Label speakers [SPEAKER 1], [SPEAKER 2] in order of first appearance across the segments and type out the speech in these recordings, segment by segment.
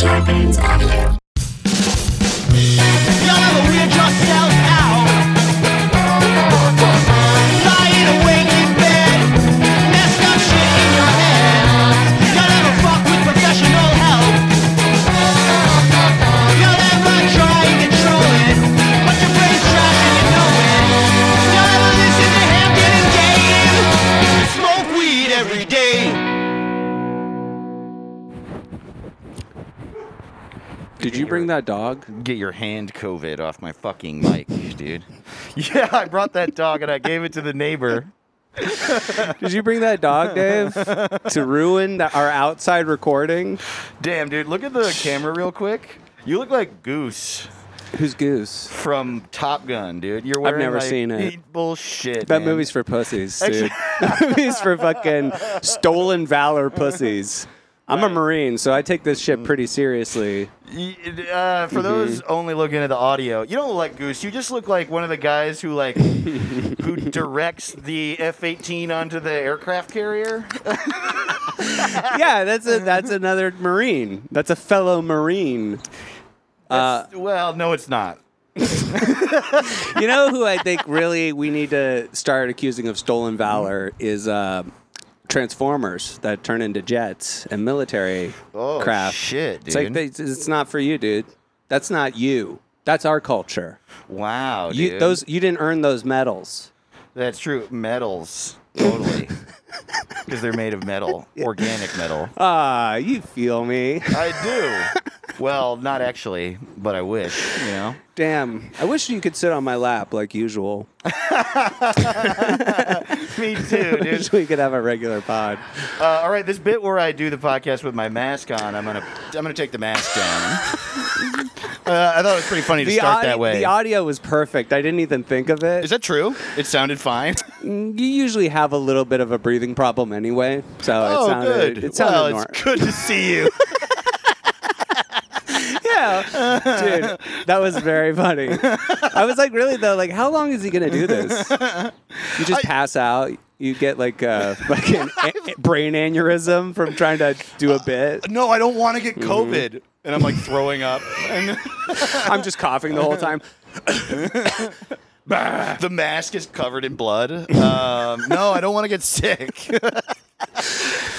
[SPEAKER 1] Scarpins Avenue.
[SPEAKER 2] You'll ever weird yourself out. Lying awake in bed, messed up shit in your head. You'll ever fuck with professional help. You'll ever try and control it, but your brain's trash and you know it. You'll ever listen to Hampton and Dave, smoke weed every day.
[SPEAKER 3] Did you bring that dog?
[SPEAKER 4] Get your hand COVID off my fucking mic, dude.
[SPEAKER 5] Yeah, I brought that dog and I gave it to the neighbor.
[SPEAKER 3] Did you bring that dog, Dave, to ruin the, our outside recording?
[SPEAKER 5] Damn, dude, look at the camera real quick. You look like Goose
[SPEAKER 3] Who's Goose?
[SPEAKER 5] from Top Gun, dude. You're wearing
[SPEAKER 3] never
[SPEAKER 5] like-
[SPEAKER 3] seen it.
[SPEAKER 5] Bullshit.
[SPEAKER 3] That
[SPEAKER 5] man.
[SPEAKER 3] movie's for pussies, dude. movie's for fucking stolen valor pussies. I'm a Marine, so I take this shit pretty seriously.
[SPEAKER 5] Y- Uh,
[SPEAKER 3] Mm-hmm.
[SPEAKER 5] for those only looking at the audio, you don't look like Goose. You just look like one of the guys who like who directs the F-18 onto the aircraft carrier.
[SPEAKER 3] Yeah, that's a that's another Marine. That's a fellow Marine. Uh,
[SPEAKER 5] That's- well, no, it's not.
[SPEAKER 3] You know who I think really we need to start accusing of stolen valor is uh, Transformers that turn into jets and military
[SPEAKER 5] Oh
[SPEAKER 3] craft.
[SPEAKER 5] shit, dude!
[SPEAKER 3] It's like they, it's not for you, dude. That's not you. That's our culture.
[SPEAKER 5] wow, dude.
[SPEAKER 3] You those you didn't earn those medals.
[SPEAKER 5] That's true. Metals, totally, because they're made of metal, organic metal.
[SPEAKER 3] Ah, you feel me?
[SPEAKER 5] I do. Well, not actually, but I wish. You know.
[SPEAKER 3] Damn, I wish you could sit on my lap like usual.
[SPEAKER 5] Me too, dude.
[SPEAKER 3] Wish we could have a regular pod.
[SPEAKER 5] Uh, all right, this bit where I do the podcast with my mask on, I'm gonna I'm gonna take the mask down. uh, I thought it was pretty funny to start
[SPEAKER 3] audi-
[SPEAKER 5] that way.
[SPEAKER 3] the audio was perfect. I didn't even think of it.
[SPEAKER 5] Is that true? It sounded fine.
[SPEAKER 3] you usually have a little bit of a breathing problem anyway, so it
[SPEAKER 5] oh,
[SPEAKER 3] sounded
[SPEAKER 5] good.
[SPEAKER 3] it sounded
[SPEAKER 5] well,
[SPEAKER 3] nor-
[SPEAKER 5] it's good to see you.
[SPEAKER 3] yeah, dude, that was very funny. I was like, really though, like, how long is he gonna do this? You just pass out. You get like a fucking a- a- brain aneurysm from trying to do a bit.
[SPEAKER 5] no, I don't want to
[SPEAKER 3] Mm-hmm.
[SPEAKER 5] get COVID. And I'm like throwing up. And
[SPEAKER 3] I'm just coughing the whole time.
[SPEAKER 5] the mask is covered in blood. Um, no, I don't want to get sick.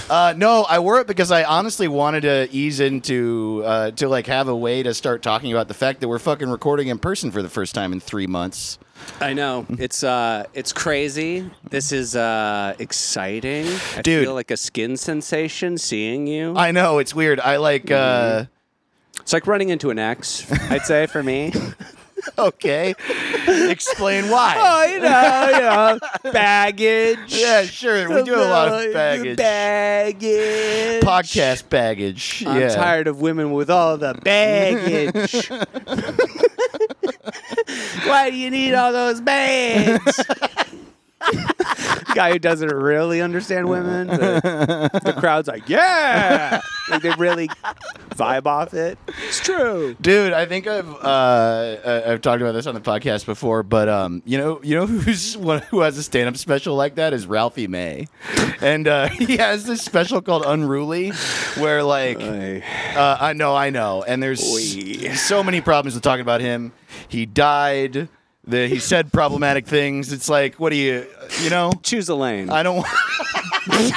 [SPEAKER 5] uh, no, I wore it because I honestly wanted to ease into uh, to like have a way to start talking about the fact that we're fucking recording in person for the first time in three months.
[SPEAKER 3] I know it's uh, it's crazy. This is uh, exciting. I
[SPEAKER 5] Dude.
[SPEAKER 3] feel like a skin sensation seeing you.
[SPEAKER 5] I know it's weird. I like uh,
[SPEAKER 3] Mm-hmm. it's like running into an ex. I'd say for me.
[SPEAKER 5] okay. Explain why.
[SPEAKER 3] Oh, you know, you know, baggage.
[SPEAKER 5] Yeah, sure. We do a lot of baggage.
[SPEAKER 3] Baggage.
[SPEAKER 5] Podcast baggage.
[SPEAKER 3] I'm
[SPEAKER 5] yeah.
[SPEAKER 3] tired of women with all the baggage. Why do you need all those bags? Guy who doesn't really understand women. The, the crowd's like, yeah. Like they really vibe off it. It's true.
[SPEAKER 5] Dude, I think I've uh, I- I've talked about this on the podcast before, but um, you know, you know who's one who has a stand-up special like that is Ralphie May, and uh, he has this special called Unruly, where like uh, I know, I know, and there's
[SPEAKER 3] Oy.
[SPEAKER 5] so many problems with talking about him. He died. The, he said problematic things. It's like, what do you, you know?
[SPEAKER 3] Choose a lane.
[SPEAKER 5] I don't. want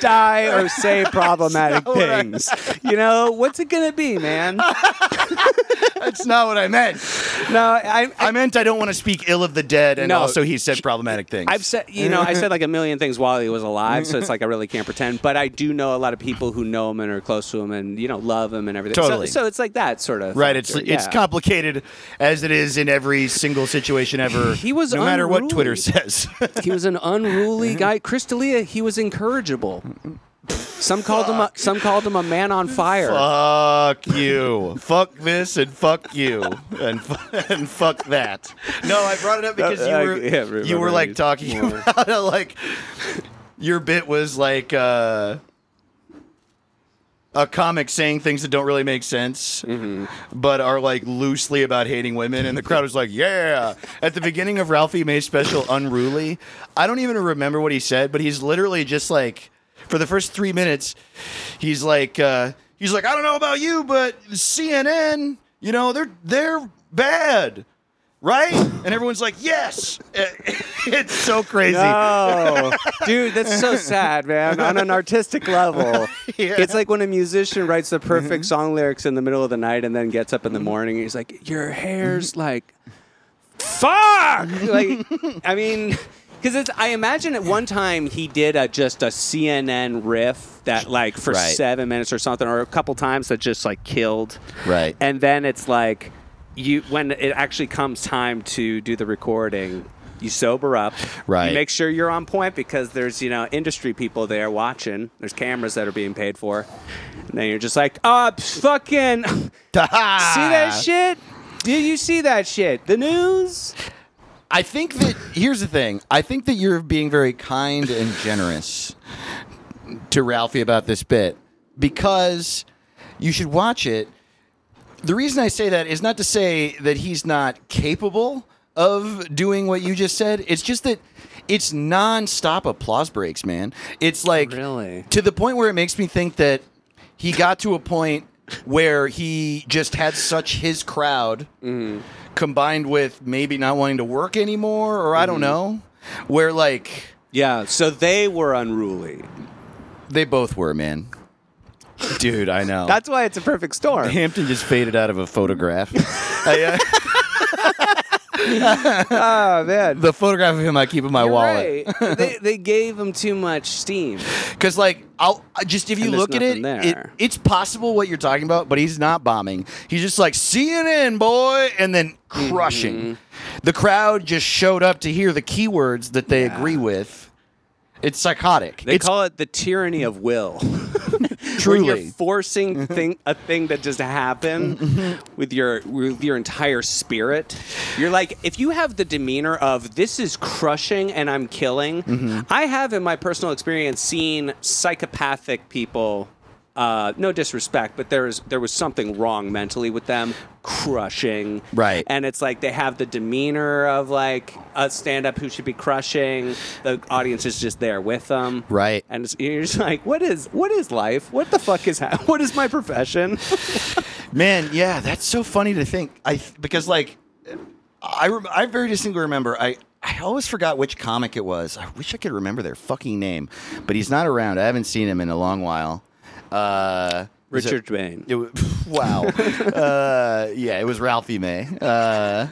[SPEAKER 3] die or say problematic
[SPEAKER 5] not what I-
[SPEAKER 3] things. You know, what's it going to be, man?
[SPEAKER 5] That's not what I meant.
[SPEAKER 3] No, I, I,
[SPEAKER 5] I meant I don't want to speak ill of the dead, and
[SPEAKER 3] No.
[SPEAKER 5] also he said problematic things.
[SPEAKER 3] I've said, you know, I said like a million things while he was alive, so it's like I really can't pretend. But I do know a lot of people who know him and are close to him and, you know, love him and everything. So-
[SPEAKER 5] Totally.
[SPEAKER 3] So, it's like that sort of.
[SPEAKER 5] Right, it's
[SPEAKER 3] factor,
[SPEAKER 5] it's
[SPEAKER 3] yeah.
[SPEAKER 5] complicated as it is in every single situation ever.
[SPEAKER 3] He was
[SPEAKER 5] no matter what
[SPEAKER 3] unruly.
[SPEAKER 5] Twitter says.
[SPEAKER 3] He was an unruly guy. Chris D'Elia, he was incorrigible. Some called him a, some called him a man on fire.
[SPEAKER 5] fuck you, fuck this, and fuck you, and fu- and fuck that. No, I brought it up because you
[SPEAKER 3] Uh,
[SPEAKER 5] were
[SPEAKER 3] yeah, remember
[SPEAKER 5] you were like
[SPEAKER 3] these
[SPEAKER 5] talking about it, like your bit was like. uh a comic saying things that don't really make sense, but are like loosely about hating women, and the crowd was like, "Yeah!" At the beginning of Ralphie May's special "Unruly," I don't even remember what he said, but he's literally just like, for the first three minutes, he's like, uh, He's like, I don't know about you, but CNN, you know, they're they're bad, right? And everyone's like, yes. it's so crazy.
[SPEAKER 3] No, dude, that's so sad, man. On an artistic level,
[SPEAKER 5] Yeah.
[SPEAKER 3] it's like when a musician writes the perfect song lyrics in the middle of the night and then gets up in the morning and he's like, "Your hair's like, fuck." Like, I mean, because it's. I imagine at one time he did a just a CNN riff that like for
[SPEAKER 4] Right.
[SPEAKER 3] seven minutes or something, or a couple times that just like killed.
[SPEAKER 4] Right.
[SPEAKER 3] And then it's like you when it actually comes time to do the recording, you sober up.
[SPEAKER 4] Right.
[SPEAKER 3] You make sure you're on point because there's, you know, industry people there watching. There's cameras that are being paid for. And then you're just like, uh pff, fucking see that shit? Did you see that shit? The news?
[SPEAKER 4] I think that
[SPEAKER 5] Here's the thing. I think that you're being very kind and generous to Ralphie about this bit because you should watch it. The reason I say that is not to say that he's not capable of doing what you just said. It's just that it's nonstop applause breaks, man. It's like
[SPEAKER 3] Really?
[SPEAKER 5] to the point where it makes me think that he got to a point where he just had such his crowd combined with maybe not wanting to work anymore or I don't know, where like
[SPEAKER 3] Yeah, so they were unruly.
[SPEAKER 5] they both were, man. Dude, I know.
[SPEAKER 3] That's why it's a perfect storm.
[SPEAKER 5] Hampton just faded out of a photograph. I, uh,
[SPEAKER 3] Oh man.
[SPEAKER 5] the photograph of him I keep in my
[SPEAKER 3] You're
[SPEAKER 5] wallet
[SPEAKER 3] right. they, they gave him too much steam.
[SPEAKER 5] because, like, I'll I just if you
[SPEAKER 3] And there's
[SPEAKER 5] look at it,
[SPEAKER 3] nothing
[SPEAKER 5] it,
[SPEAKER 3] there.
[SPEAKER 5] it's possible what you're talking about, but he's not bombing. He's just like CNN boy, and then
[SPEAKER 3] Mm-hmm.
[SPEAKER 5] crushing. The crowd just showed up to hear the keywords that they agree with. It's psychotic.
[SPEAKER 3] They
[SPEAKER 5] it's
[SPEAKER 3] call it the tyranny of will.
[SPEAKER 5] truly Mm-hmm.
[SPEAKER 3] when you're forcing thing a thing that just happened with your with your entire spirit you're like if you have the demeanor of this is crushing and i'm killing
[SPEAKER 5] Mm-hmm.
[SPEAKER 3] i have in my personal experience seen psychopathic people uh, no disrespect, but there is there was something wrong mentally with them, crushing.
[SPEAKER 5] Right.
[SPEAKER 3] and it's like they have the demeanor of like a stand up who should be crushing. The audience is just there with them.
[SPEAKER 5] Right.
[SPEAKER 3] And it's, you're just like, what is what is life? What the fuck is ha- what is my profession?
[SPEAKER 5] Man, yeah, that's so funny to think. I th- because like I rem- I very distinctly remember I I always forgot which comic it was. I wish I could remember their fucking name, but he's not around. I haven't seen him in a long while. Uh, was it-
[SPEAKER 3] Richard Bain.
[SPEAKER 5] It, wa- wow. uh, yeah, it was Ralphie May. Uh,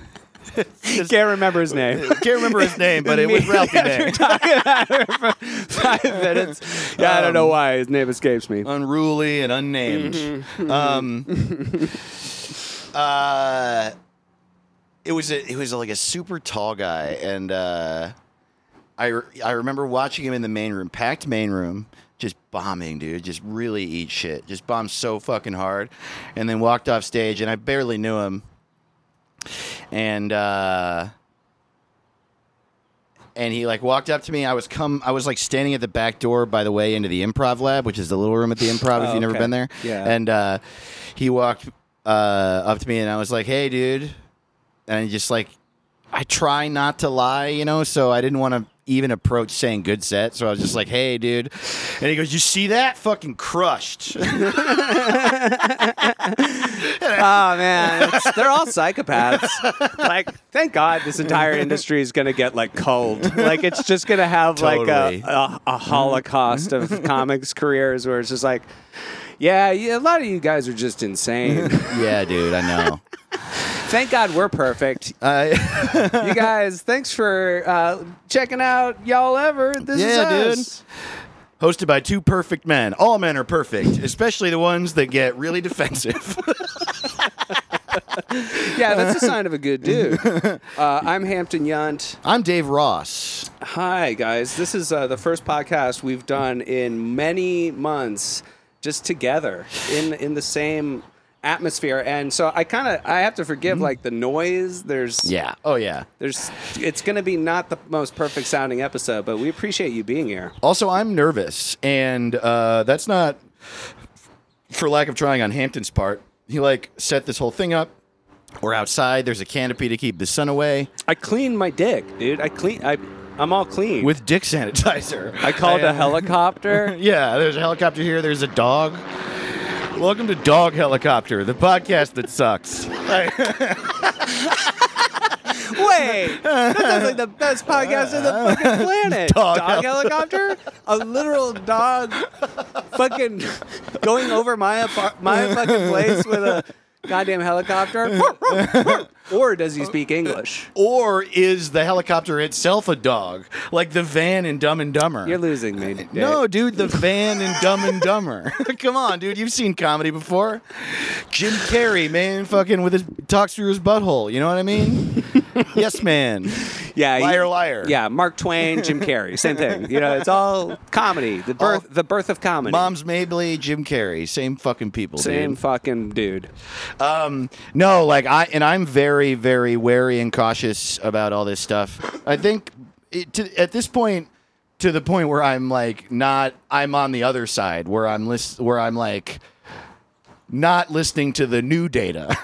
[SPEAKER 3] Can't remember his name.
[SPEAKER 5] can't remember his name, but it was Ralphie May.
[SPEAKER 3] Five minutes. Yeah, I don't
[SPEAKER 5] Um,
[SPEAKER 3] know why his name escapes me.
[SPEAKER 5] unruly and unnamed. Um, uh, it was a, it was like a super tall guy, and uh, I re- I remember watching him in the main room, packed main room, just bombing, dude, just really eat shit, just bombed so fucking hard, and then walked off stage, and I barely knew him, and. uh and he like walked up to me. I was come I was like standing at the back door by the way into the improv lab, which is the little room at the improv if
[SPEAKER 3] Oh,
[SPEAKER 5] you've never
[SPEAKER 3] okay.
[SPEAKER 5] been there.
[SPEAKER 3] Yeah.
[SPEAKER 5] And uh he walked uh up to me and I was like, "Hey, dude." And I just like I try not to lie, you know, so I didn't want to even approach saying good set. So I was just like, "Hey, dude." And he goes, "You see that? Fucking crushed."
[SPEAKER 3] Oh man, It's- they're all psychopaths. Like, thank God this entire industry is gonna get like culled. Like, it's just gonna have
[SPEAKER 5] Totally. Mm-hmm.
[SPEAKER 3] like a, a, a holocaust of comics careers where it's just like, yeah, yeah, a lot of you guys are just insane.
[SPEAKER 5] yeah, dude, I know.
[SPEAKER 3] thank God we're perfect.
[SPEAKER 5] I
[SPEAKER 3] you guys, thanks for uh, checking out y'all ever. This
[SPEAKER 5] Yeah,
[SPEAKER 3] is
[SPEAKER 5] dude.
[SPEAKER 3] us.
[SPEAKER 5] hosted by two perfect men. All men are perfect, especially the ones that get really defensive.
[SPEAKER 3] Yeah, that's a sign of a good dude. Uh, I'm Hampton Yunt.
[SPEAKER 5] I'm Dave Ross.
[SPEAKER 3] Hi, guys. This is uh, the first podcast we've done in many months, just together in in the same atmosphere. And so I kind of I have to forgive like the noise. There's
[SPEAKER 5] Mm-hmm. Yeah. Oh yeah.
[SPEAKER 3] There's it's going to be not the most perfect sounding episode, but we appreciate you being here.
[SPEAKER 5] Also, I'm nervous, and uh, that's not for lack of trying on Hampton's part. He like set this whole thing up. We're outside. There's a canopy to keep the sun away
[SPEAKER 3] I cleaned my dick, dude. I clean I I'm all clean.
[SPEAKER 5] with dick sanitizer.
[SPEAKER 3] I called
[SPEAKER 5] a
[SPEAKER 3] a helicopter.
[SPEAKER 5] Yeah. There's a helicopter here. There's a dog. Welcome to Dog Helicopter, the podcast that sucks.
[SPEAKER 3] Wait, that sounds like the best podcast on the fucking planet.
[SPEAKER 5] Dog
[SPEAKER 3] helicopter, a literal dog, fucking going over my apa- my fucking place with a goddamn helicopter. or does he speak English?
[SPEAKER 5] or is the helicopter itself a dog, like the van in Dumb and Dumber?
[SPEAKER 3] You're losing me. Dick.
[SPEAKER 5] No, dude, the van in Dumb and Dumber. Come on, dude, you've seen comedy before. Jim Carrey, man, fucking with his talks through his butthole. You know what I mean? yes, man.
[SPEAKER 3] yeah, he-
[SPEAKER 5] Liar, liar.
[SPEAKER 3] Yeah, Mark Twain, Jim Carrey, same thing. You know, it's all comedy. The birth, the birth of comedy.
[SPEAKER 5] Mom's Mabley, Jim Carrey, same fucking people,
[SPEAKER 3] same
[SPEAKER 5] dude.
[SPEAKER 3] fucking dude.
[SPEAKER 5] Um, no, like I and I'm very, very wary and cautious about all this stuff. I think it, to, at this point, to the point where I'm like not, I'm on the other side where I'm list, where I'm like not listening to the new data.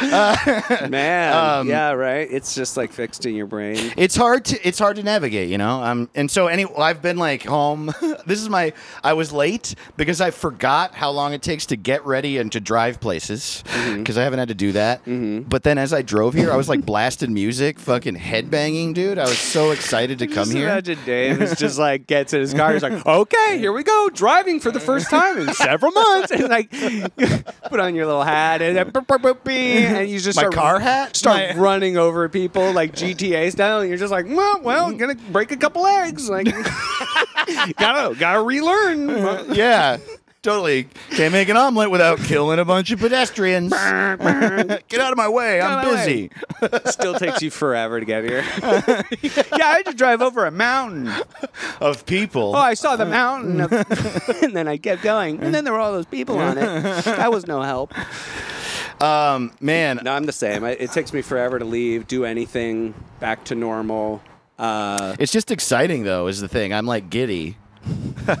[SPEAKER 3] Man,
[SPEAKER 5] Um,
[SPEAKER 3] yeah, right. It's just like fixed in your brain.
[SPEAKER 5] it's hard to it's hard to navigate, you know. Um, and so any I've been like home. this is my I was late because I forgot how long it takes to get ready and to drive places because I haven't had to do that. But then as I drove here, I was like blasting music, fucking headbanging, dude. I was so excited to come
[SPEAKER 3] Just
[SPEAKER 5] here.
[SPEAKER 3] Imagine Dave is just like gets in his car. He's like, "Okay, here we go, driving for the first time in several months." And like, put on your little hat and then, boop, boop, boop, beep, and you just
[SPEAKER 5] My
[SPEAKER 3] start,
[SPEAKER 5] car hat?
[SPEAKER 3] start
[SPEAKER 5] My-
[SPEAKER 3] running over people like GTA style. And you're just like, "Well, well, gonna break a couple eggs." Like, gotta gotta relearn.
[SPEAKER 5] yeah, totally. Can't make an omelet without killing a bunch of pedestrians. get out of my way! I'm
[SPEAKER 3] Get out of my
[SPEAKER 5] busy.
[SPEAKER 3] Still takes you forever to get here. yeah, I had to drive over a mountain.
[SPEAKER 5] Of people.
[SPEAKER 3] Oh, I saw the mountain, of- and then I kept going, and then there were all those people on it. That was no help.
[SPEAKER 5] Um, man,
[SPEAKER 3] No, I'm the same. I, it takes me forever to leave, do anything, back to normal. Uh,
[SPEAKER 5] It's just exciting though, is the thing. I'm like giddy.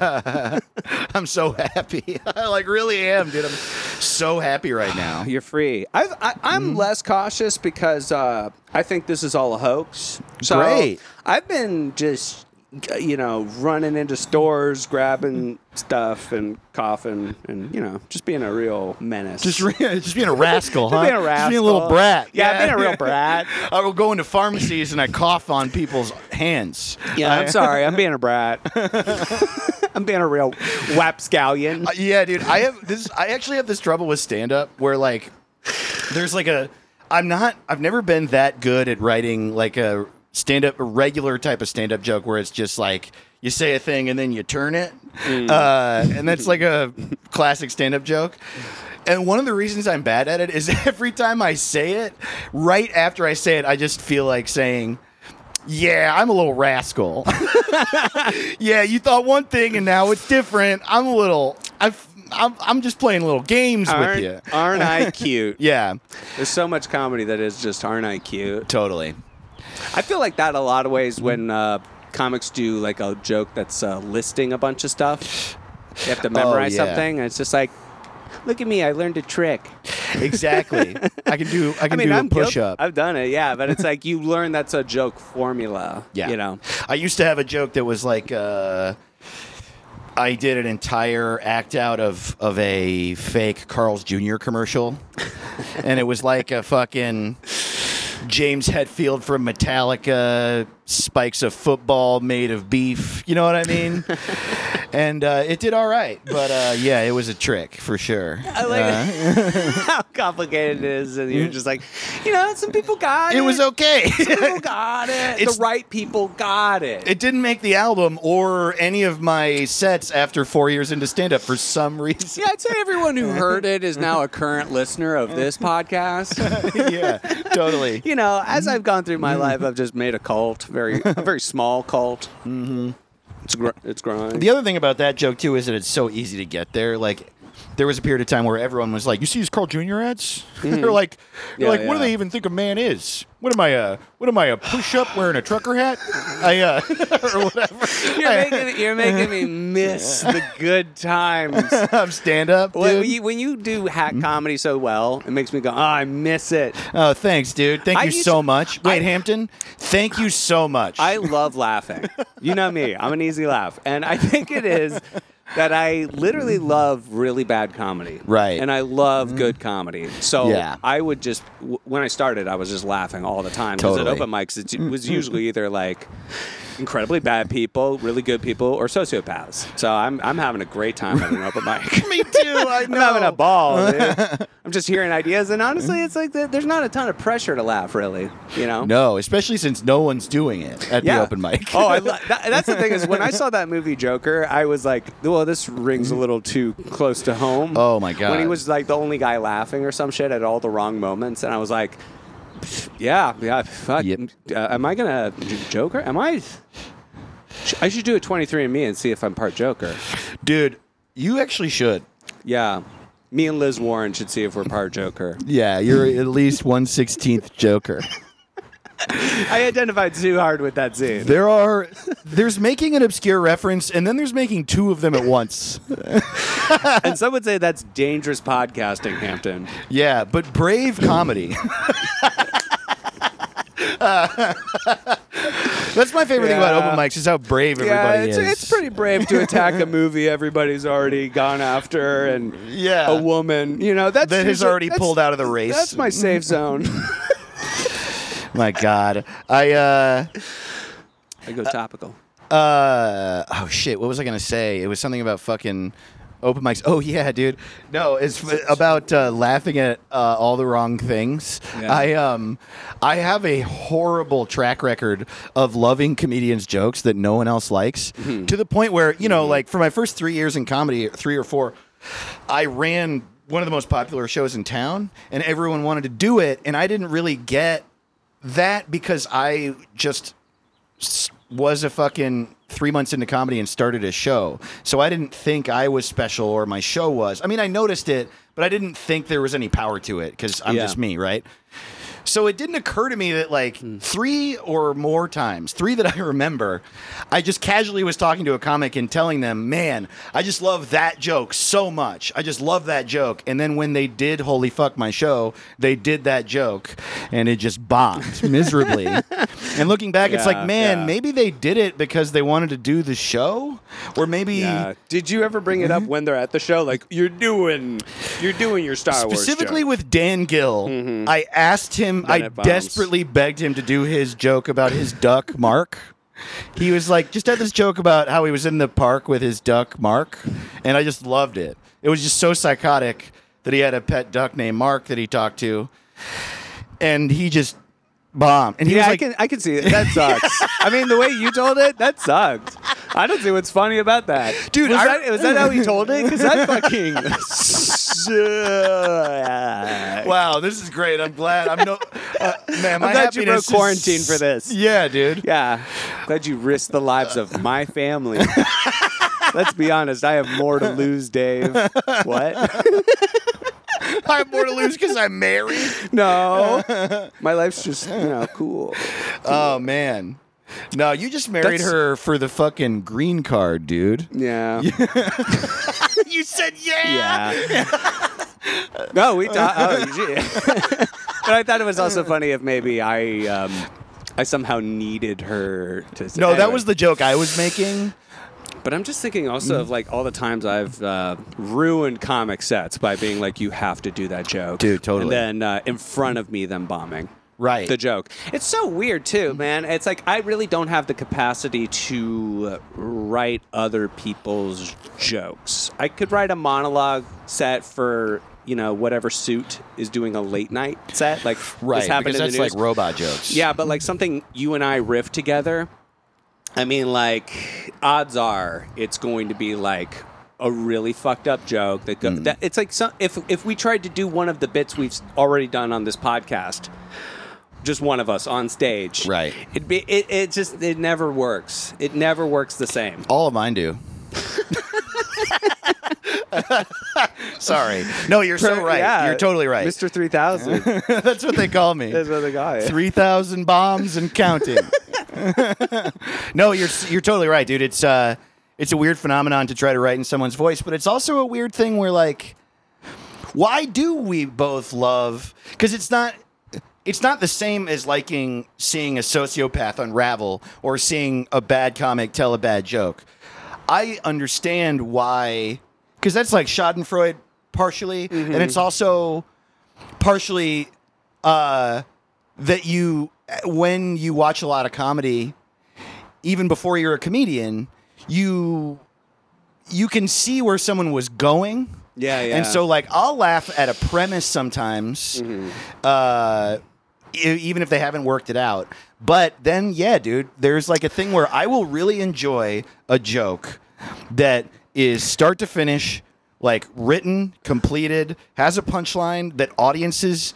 [SPEAKER 5] I'm so happy. I like really am, dude. I'm so happy right now.
[SPEAKER 3] you're free. I've, I, I'm
[SPEAKER 5] Mm-hmm.
[SPEAKER 3] less cautious because uh, I think this is all a hoax. So
[SPEAKER 5] Great.
[SPEAKER 3] I've been just, you know, running into stores, grabbing stuff, and coughing, and you know, just being a real menace.
[SPEAKER 5] Just, re- just being a rascal, huh?
[SPEAKER 3] being a rascal.
[SPEAKER 5] being a little brat.
[SPEAKER 3] Yeah, being a real brat.
[SPEAKER 5] I will go into pharmacies and I cough on people's hands.
[SPEAKER 3] Yeah,
[SPEAKER 5] I-
[SPEAKER 3] I'm sorry. I'm being a brat. I'm being a real wapscallion.
[SPEAKER 5] Uh, yeah, dude. I have this. I actually have this trouble with stand up where like there's like a I'm not. I've never been that good at writing like a stand up, a regular type of stand up joke where it's just like you say a thing and then you turn it, uh, and that's like a classic stand up joke. And one of the reasons I'm bad at it is every time I say it, right after I say it, I just feel like saying. Yeah, I'm a little rascal. yeah, you thought one thing and now it's different. I'm a little. I've, I'm. I'm just playing little games with
[SPEAKER 3] Aren't,
[SPEAKER 5] you.
[SPEAKER 3] aren't I cute?
[SPEAKER 5] Yeah,
[SPEAKER 3] There's so much comedy that is just aren't I cute?
[SPEAKER 5] totally.
[SPEAKER 3] I feel like that a lot of ways when uh, comics do like a joke that's uh, listing a bunch of stuff. You have to memorize
[SPEAKER 5] Oh, yeah.
[SPEAKER 3] something, and it's just like, look at me, I learned a trick.
[SPEAKER 5] Exactly. I can do. I can do a push
[SPEAKER 3] guilty.
[SPEAKER 5] up.
[SPEAKER 3] I've done it, yeah, but it's like you learn that's a joke formula.
[SPEAKER 5] Yeah.
[SPEAKER 3] you know.
[SPEAKER 5] I used to have a joke that was like. Uh, I did an entire act out of of a fake Carl's Jr. commercial, and it was like a fucking James Hetfield from Metallica spikes a football made of beef. You know what I mean? and uh, it did all right, but uh, yeah, it was a trick for sure. Uh,
[SPEAKER 3] I like how complicated it is, and you're just like, you know, some people got it.
[SPEAKER 5] Mm-hmm. It was okay.
[SPEAKER 3] People got it.
[SPEAKER 5] It's-
[SPEAKER 3] the right people got it.
[SPEAKER 5] It didn't make the album or any of my sets after four years into stand up for some reason.
[SPEAKER 3] Yeah, I'd say everyone who heard it is now a current listener of this podcast.
[SPEAKER 5] yeah, totally.
[SPEAKER 3] You know, as I've gone through my life, I've just made a cult, very a very small cult. Mm-hmm. It's gr- it's growing.
[SPEAKER 5] The other thing about that joke too is that it's so easy to get there. Like, there was a period of time where everyone was like, "You see these Carl Jr. ads? they're like, they're
[SPEAKER 3] Hmm. Yeah,
[SPEAKER 5] like, what do
[SPEAKER 3] yeah.
[SPEAKER 5] they even think a man is? What am I? Uh, what am I? A push up wearing a trucker hat? I uh, or whatever.
[SPEAKER 3] You're making, you're making me miss the good times.
[SPEAKER 5] I'm stand up.
[SPEAKER 3] When you, when you do hack comedy so well, it makes me go, oh, I miss it.
[SPEAKER 5] Oh, thanks, dude. Thank
[SPEAKER 3] I
[SPEAKER 5] you
[SPEAKER 3] used
[SPEAKER 5] so
[SPEAKER 3] to-
[SPEAKER 5] much. Wait,
[SPEAKER 3] I-
[SPEAKER 5] Hampton. Thank you so much.
[SPEAKER 3] I love laughing. You know me, I'm an easy laugh. And I think it is that I literally love really bad comedy.
[SPEAKER 5] Right. Mm-hmm.
[SPEAKER 3] And I love good comedy. So
[SPEAKER 5] Yeah.
[SPEAKER 3] I would just, w- when I started, I was just laughing all the time. Because
[SPEAKER 5] Totally. Mm.
[SPEAKER 3] at open mics, it ju- was usually either like incredibly bad people, really good people, or sociopaths. So I'm, I'm having a great time at an open mic.
[SPEAKER 5] Me too. I
[SPEAKER 3] I'm having a ball, dude. I'm just hearing ideas. And honestly, it's like th- there's not a ton of pressure to laugh, really. You know?
[SPEAKER 5] No, especially since no one's doing it at the open mic.
[SPEAKER 3] oh, I lo- that, that's the thing is when I saw that movie Joker, I was like, well, this rings a little too close to home.
[SPEAKER 5] Oh, my
[SPEAKER 3] When he
[SPEAKER 5] God.
[SPEAKER 3] was like the only guy laughing or some shit at all the wrong moments, and I was like, yeah, yeah, fuck.
[SPEAKER 5] Yep.
[SPEAKER 3] Uh, am I gonna Joker? Am I? Sh- I should do a 23andMe and see if I'm part Joker.
[SPEAKER 5] dude, you actually should.
[SPEAKER 3] Yeah. Me and Liz Warren should see if we're part Joker.
[SPEAKER 5] Yeah, you're at least one sixteenth Joker.
[SPEAKER 3] I identified too hard with that scene.
[SPEAKER 5] There are, there's making an obscure reference, and then there's making two of them at once.
[SPEAKER 3] And some would say that's dangerous podcasting, Hampton.
[SPEAKER 5] Yeah, but brave comedy. That's my favorite thing about
[SPEAKER 3] Yeah.
[SPEAKER 5] open mics is how brave everybody
[SPEAKER 3] yeah, it's,
[SPEAKER 5] is.
[SPEAKER 3] it's pretty brave to attack a movie everybody's already gone after and
[SPEAKER 5] Yeah.
[SPEAKER 3] a woman. You know, that's
[SPEAKER 5] That has
[SPEAKER 3] usually-
[SPEAKER 5] already
[SPEAKER 3] that's-
[SPEAKER 5] pulled out of the race.
[SPEAKER 3] That's my safe zone.
[SPEAKER 5] my God, I uh,
[SPEAKER 3] I go topical.
[SPEAKER 5] uh, oh shit, what was I gonna say? It was something about fucking open mics. Oh yeah, dude. No, it's f- about uh, laughing at uh, all the wrong things.
[SPEAKER 3] Yeah.
[SPEAKER 5] I um, I have a horrible track record of loving comedians' jokes that no one else likes, to the point where you know, like for my first three years in comedy, three or four, I ran one of the most popular shows in town, and everyone wanted to do it, and I didn't really get that because I just s- was a fucking three months into comedy and started a show. So I didn't think I was special or my show was. I mean, I noticed it, but I didn't think there was any power to it because I'm
[SPEAKER 3] Yeah.
[SPEAKER 5] just me, right? So it didn't occur to me that like
[SPEAKER 3] Hmm.
[SPEAKER 5] three or more times, three that I remember, I just casually was talking to a comic and telling them, "Man, I just love that joke so much. I just love that joke." And then when they did, holy fuck, my show, they did that joke, and it just bombed miserably. and looking back, it's
[SPEAKER 3] Yeah,
[SPEAKER 5] like, man,
[SPEAKER 3] yeah.
[SPEAKER 5] maybe they did it because they wanted to do the show, or maybe.
[SPEAKER 3] Yeah. Did you ever bring it up when they're at the show? Like you're doing, you're doing your Star Wars
[SPEAKER 5] Specifically
[SPEAKER 3] joke.
[SPEAKER 5] with Dan Gill, I asked him,
[SPEAKER 3] Mm-hmm. Then
[SPEAKER 5] I
[SPEAKER 3] it bombs.
[SPEAKER 5] desperately begged him to do his joke about his duck Mark. He was like, just had this joke about how he was in the park with his duck Mark, and I just loved it. It was just so psychotic that he had a pet duck named Mark that he talked to, and he just bombed. And he
[SPEAKER 3] yeah,
[SPEAKER 5] was
[SPEAKER 3] I
[SPEAKER 5] like,
[SPEAKER 3] can I can see it. That sucks. I mean, the way you told it, that sucked. I don't see what's funny about that,
[SPEAKER 5] Dude,
[SPEAKER 3] Was,
[SPEAKER 5] I-
[SPEAKER 3] that, was that how he told it? Because that fucking sucks.
[SPEAKER 5] Wow, this is great. I'm glad. I'm no uh, man. My
[SPEAKER 3] glad you broke
[SPEAKER 5] happiness is-
[SPEAKER 3] quarantine for this.
[SPEAKER 5] Yeah, dude.
[SPEAKER 3] Yeah. Glad you risked the lives of my family. Let's be honest, I have more to lose, Dave. What?
[SPEAKER 5] I have more to lose because I'm married.
[SPEAKER 3] No. My life's just, you know, cool.
[SPEAKER 5] Oh man. No, you just married
[SPEAKER 3] That's-
[SPEAKER 5] her for the fucking green card, dude.
[SPEAKER 3] Yeah.
[SPEAKER 5] you said yeah.
[SPEAKER 3] Yeah. no, we talked. Oh, gee. but I thought it was also funny if maybe I um, I somehow needed her to.
[SPEAKER 5] No, that
[SPEAKER 3] anyway.
[SPEAKER 5] was the joke I was making.
[SPEAKER 3] But I'm just thinking
[SPEAKER 5] Mm-hmm.
[SPEAKER 3] also of like all the times I've uh, ruined comic sets by being like, you have to do that joke,
[SPEAKER 5] Dude, totally.
[SPEAKER 3] And then uh, in front of me, them bombing.
[SPEAKER 5] Right. Mm-hmm.
[SPEAKER 3] The joke. It's so weird too, man. It's like I really don't have the capacity to write other people's jokes. I could write a monologue set for you know whatever suit is doing a late night set, like
[SPEAKER 5] Right.
[SPEAKER 3] This happened
[SPEAKER 5] because
[SPEAKER 3] in
[SPEAKER 5] that's
[SPEAKER 3] the news.
[SPEAKER 5] like robot jokes.
[SPEAKER 3] Yeah, but like something you and I riff together. I mean, like odds are it's going to be like a really fucked up joke that,
[SPEAKER 5] Hmm.
[SPEAKER 3] go, that it's like some, if if we tried to do one of the bits we've already done on this podcast, just one of us on stage,
[SPEAKER 5] Right.
[SPEAKER 3] It be it, it just it never works. It never works the same.
[SPEAKER 5] All of mine do. Sorry. No, you're so right.
[SPEAKER 3] Yeah.
[SPEAKER 5] You're totally right.
[SPEAKER 3] Mr. Three Thousand.
[SPEAKER 5] That's what they call me.
[SPEAKER 3] That's what they got.
[SPEAKER 5] Three thousand bombs and counting. no, you're you're totally right, dude. It's uh, it's a weird phenomenon to try to write in someone's voice, but it's also a weird thing where like, why do we both love? Because it's not. It's not the same as liking seeing a sociopath unravel or seeing a bad comic tell a bad joke. I understand why, because that's like Schadenfreude partially, and it's also partially uh, that you when you watch a lot of comedy, even before you're a comedian, you you can see where someone was going.
[SPEAKER 3] Yeah, yeah. Mm-hmm.
[SPEAKER 5] And so, like, I'll laugh at a premise sometimes, uh, e- even if they haven't worked it out. But then, yeah, dude, there's like a thing where I will really enjoy a joke that is start to finish, like written, completed, has a punchline that audiences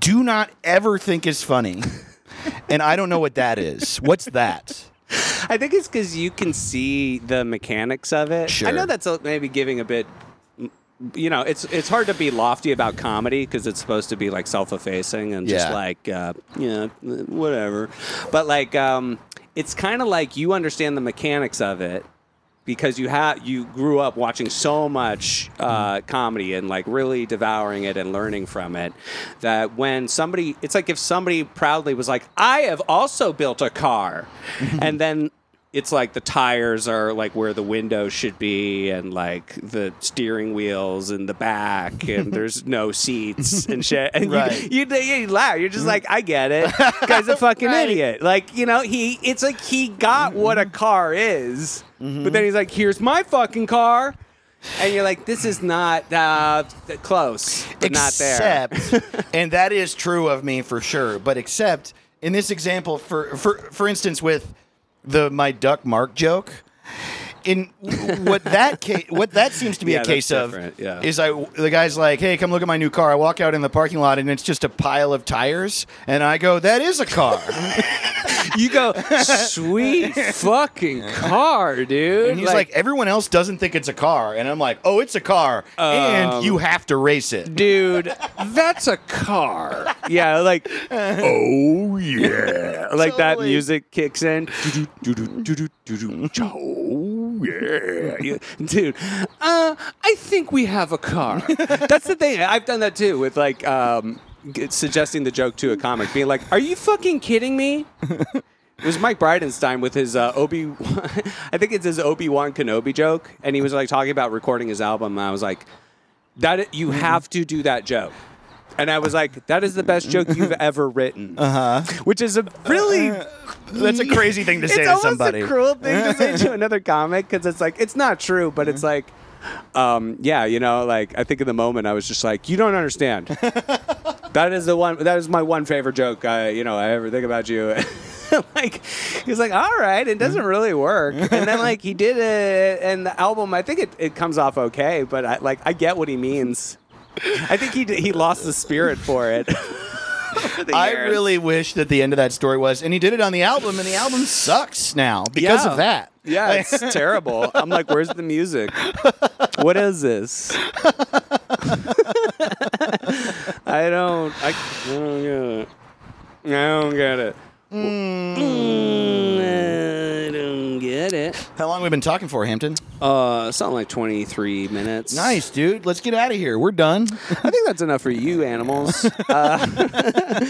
[SPEAKER 5] do not ever think is funny. and I don't know what that is. What's that?
[SPEAKER 3] I think it's because you can see the mechanics of it. I
[SPEAKER 5] Sure.
[SPEAKER 3] know that's uh, maybe giving a bit. You know, it's it's hard to be lofty about comedy because it's supposed to be like self-effacing and just
[SPEAKER 5] Yeah.
[SPEAKER 3] like uh, you know whatever. But like, um, it's kind of like you understand the mechanics of it because you have you grew up watching so much uh, comedy and like really devouring it and learning from it that when somebody it's like if somebody proudly was like i have also built a car and then it's like the tires are like where the window should be and like the steering wheels in the back and there's no seats and shit and you-
[SPEAKER 5] Right.
[SPEAKER 3] you, you, you laugh you're
[SPEAKER 5] Mm.
[SPEAKER 3] just like i get it guy's a fucking idiot like you know he it's like he got
[SPEAKER 5] Mm-hmm.
[SPEAKER 3] what a car is but then he's like here's my fucking car and you're like this is not uh, th- close but not there
[SPEAKER 5] Except, and that is true of me for sure. But except in this example, for for for instance, with the my duck Mark joke, in what that case, what that seems to be a
[SPEAKER 3] Yeah, that's
[SPEAKER 5] case of
[SPEAKER 3] different, yeah.
[SPEAKER 5] is I the guy's like, hey, come look at my new car. I walk out in the parking lot and it's just a pile of tires, and I go, that is a car.
[SPEAKER 3] you go sweet fucking car dude
[SPEAKER 5] And he's like, everyone else doesn't think it's a car, and I'm like, oh, it's a car, and
[SPEAKER 3] Um,
[SPEAKER 5] you have to race it.
[SPEAKER 3] dude that's a car yeah like oh yeah like that
[SPEAKER 5] Totally.
[SPEAKER 3] music kicks in oh yeah Yeah. dude uh i think we have a car that's the thing i've done that too with like um g- suggesting the joke to a comic being like are you fucking kidding me it was Mike Bridenstine with his uh, Obi, I think it's his Obi Wan Kenobi joke, and he was like talking about recording his album. And I was like, that you have to do that joke. And I was like, that is the best joke you've ever written. Uh-huh. Which is a really
[SPEAKER 5] That's a crazy thing to
[SPEAKER 3] it's
[SPEAKER 5] say to
[SPEAKER 3] almost
[SPEAKER 5] somebody.
[SPEAKER 3] a cruel thing to say to another comic because it's like it's not true, but it's like, um, yeah, you know, like I think in the moment I was just like, you don't understand. that is the one. That is my one favorite joke. I, you know, I ever think about you. like he's like, all right, it doesn't really work. And then like he did it, and the album, I think it, it comes off okay, but I, like I get what he means. I think he did, he lost the spirit for it. Over the
[SPEAKER 5] I
[SPEAKER 3] years.
[SPEAKER 5] really wish that the end of that story was, and he did it on the album, and the album sucks now because
[SPEAKER 3] Yeah.
[SPEAKER 5] of that.
[SPEAKER 3] Yeah, it's terrible. I'm like, where's the music? What is this? I don't. I, I don't get it. I don't get it. Mm, I don't get it.
[SPEAKER 5] How long we been talking for, Hampton?
[SPEAKER 3] Uh, something like 23 minutes.
[SPEAKER 5] Nice, dude. Let's get out of here. We're done.
[SPEAKER 3] I think that's enough for you, animals. Uh,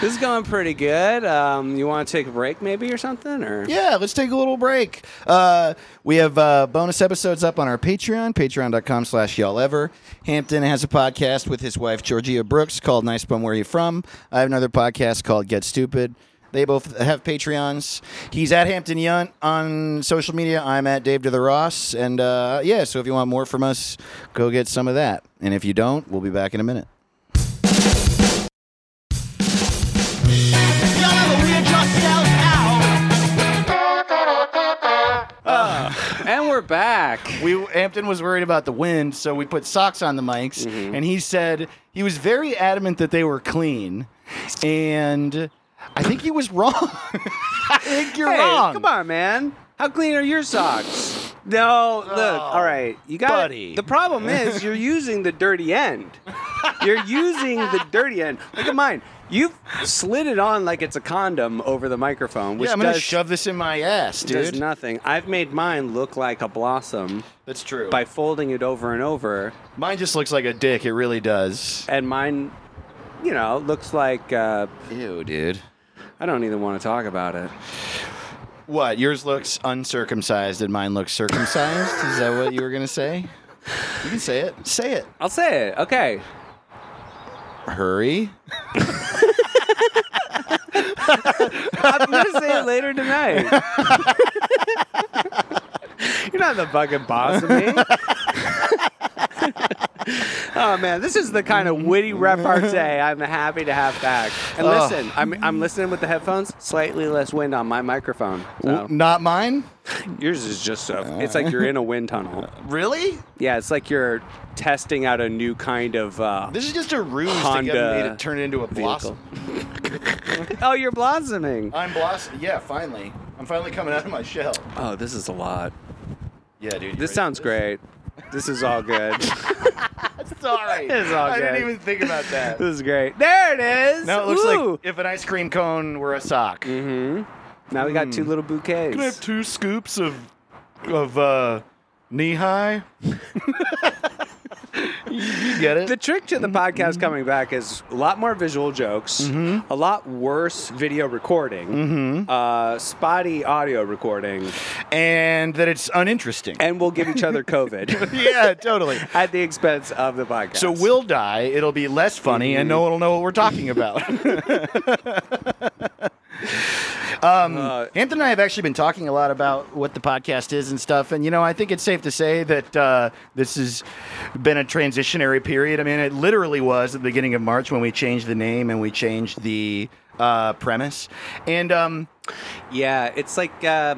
[SPEAKER 3] this is going pretty good. Um, you want to take a break, maybe, or something, or
[SPEAKER 5] Yeah, let's take a little break. Uh, we have uh, bonus episodes up on our Patreon, patreon.com slash y'all ever. Hampton has a podcast with his wife, Georgia Brooks, called Nice Bum Where You From. I have another podcast called Get Stupid. They both have Patreons. He's at Hampton Yunt on social media. I'm at Dave to the Ross. And uh, yeah, so if you want more from us, go get some of that. And if you don't, we'll be back in a minute.
[SPEAKER 2] Y'all ever weird yourself out?
[SPEAKER 3] and we're back.
[SPEAKER 5] we Hampton was worried about the wind, so we put socks on the mics,
[SPEAKER 3] Mm-hmm.
[SPEAKER 5] and he said he was very adamant that they were clean, and I think he was wrong. I think you're
[SPEAKER 3] Hey,
[SPEAKER 5] wrong.
[SPEAKER 3] Come on, man. How clean are your socks? No, look. all right, you got.
[SPEAKER 5] Oh, buddy.
[SPEAKER 3] The problem is you're using the dirty end. You're using the dirty end. Look at mine. You've slid it on like it's a condom over the microphone, which
[SPEAKER 5] Yeah, I'm gonna
[SPEAKER 3] does,
[SPEAKER 5] shove this in my ass,
[SPEAKER 3] does
[SPEAKER 5] dude.
[SPEAKER 3] nothing. I've made mine look like a blossom
[SPEAKER 5] That's true.
[SPEAKER 3] by folding it over and over,
[SPEAKER 5] Mine just looks like a dick. It really does.
[SPEAKER 3] and mine, you know, looks like uh,
[SPEAKER 4] Ew, dude.
[SPEAKER 3] I don't even want to talk about it.
[SPEAKER 5] What? Yours looks uncircumcised and mine looks circumcised? Is that what you were going to say? You can say it. Say it.
[SPEAKER 3] I'll say it. Okay.
[SPEAKER 5] Hurry.
[SPEAKER 3] I'm going to say it later tonight. You're not the fucking boss of me. oh man, this is the kind of witty repartee I'm happy to have back. And
[SPEAKER 5] Oh.
[SPEAKER 3] listen, I'm, I'm listening with the headphones. Slightly less wind on my microphone. So.
[SPEAKER 5] Not mine?
[SPEAKER 3] mm. Yours is just a. It's like you're in a wind tunnel.
[SPEAKER 5] Really?
[SPEAKER 3] Yeah, it's like you're testing out a new kind of. Uh,
[SPEAKER 5] This is just a ruse to
[SPEAKER 3] Honda
[SPEAKER 5] get me to turn into a blossom.
[SPEAKER 3] oh, you're blossoming.
[SPEAKER 5] I'm blossom. Yeah, finally. I'm finally coming out of my shell.
[SPEAKER 3] Oh, this is a lot.
[SPEAKER 5] Yeah, dude. you ready
[SPEAKER 3] This
[SPEAKER 5] for
[SPEAKER 3] sounds great. This is all good. this
[SPEAKER 5] Sorry.
[SPEAKER 3] It's all
[SPEAKER 5] I
[SPEAKER 3] good.
[SPEAKER 5] didn't even think about that.
[SPEAKER 3] is great. There it is.
[SPEAKER 5] now it looks
[SPEAKER 3] Ooh.
[SPEAKER 5] like if an ice cream cone were a sock.
[SPEAKER 3] Mm-hmm. Now we got two little bouquets.
[SPEAKER 5] Can I have two scoops of of uh, knee high? you you get it.
[SPEAKER 3] the trick to the podcast coming back is a lot more visual jokes, a lot worse video recording, uh, spotty audio recording,
[SPEAKER 5] and that it's uninteresting.
[SPEAKER 3] and we'll give each other COVID
[SPEAKER 5] yeah, totally.
[SPEAKER 3] at the expense of the podcast.
[SPEAKER 5] So we'll die. It'll be less funny, and no one will know what we're talking about. um,
[SPEAKER 3] Uh,
[SPEAKER 5] Hampton and I have actually been talking a lot about what the podcast is and stuff. And you know, I think it's safe to say that uh, this has been a transitionary period. I mean, it literally was at the beginning of March when we changed the name and we changed the uh, premise. And um,
[SPEAKER 3] Yeah, it's like uh,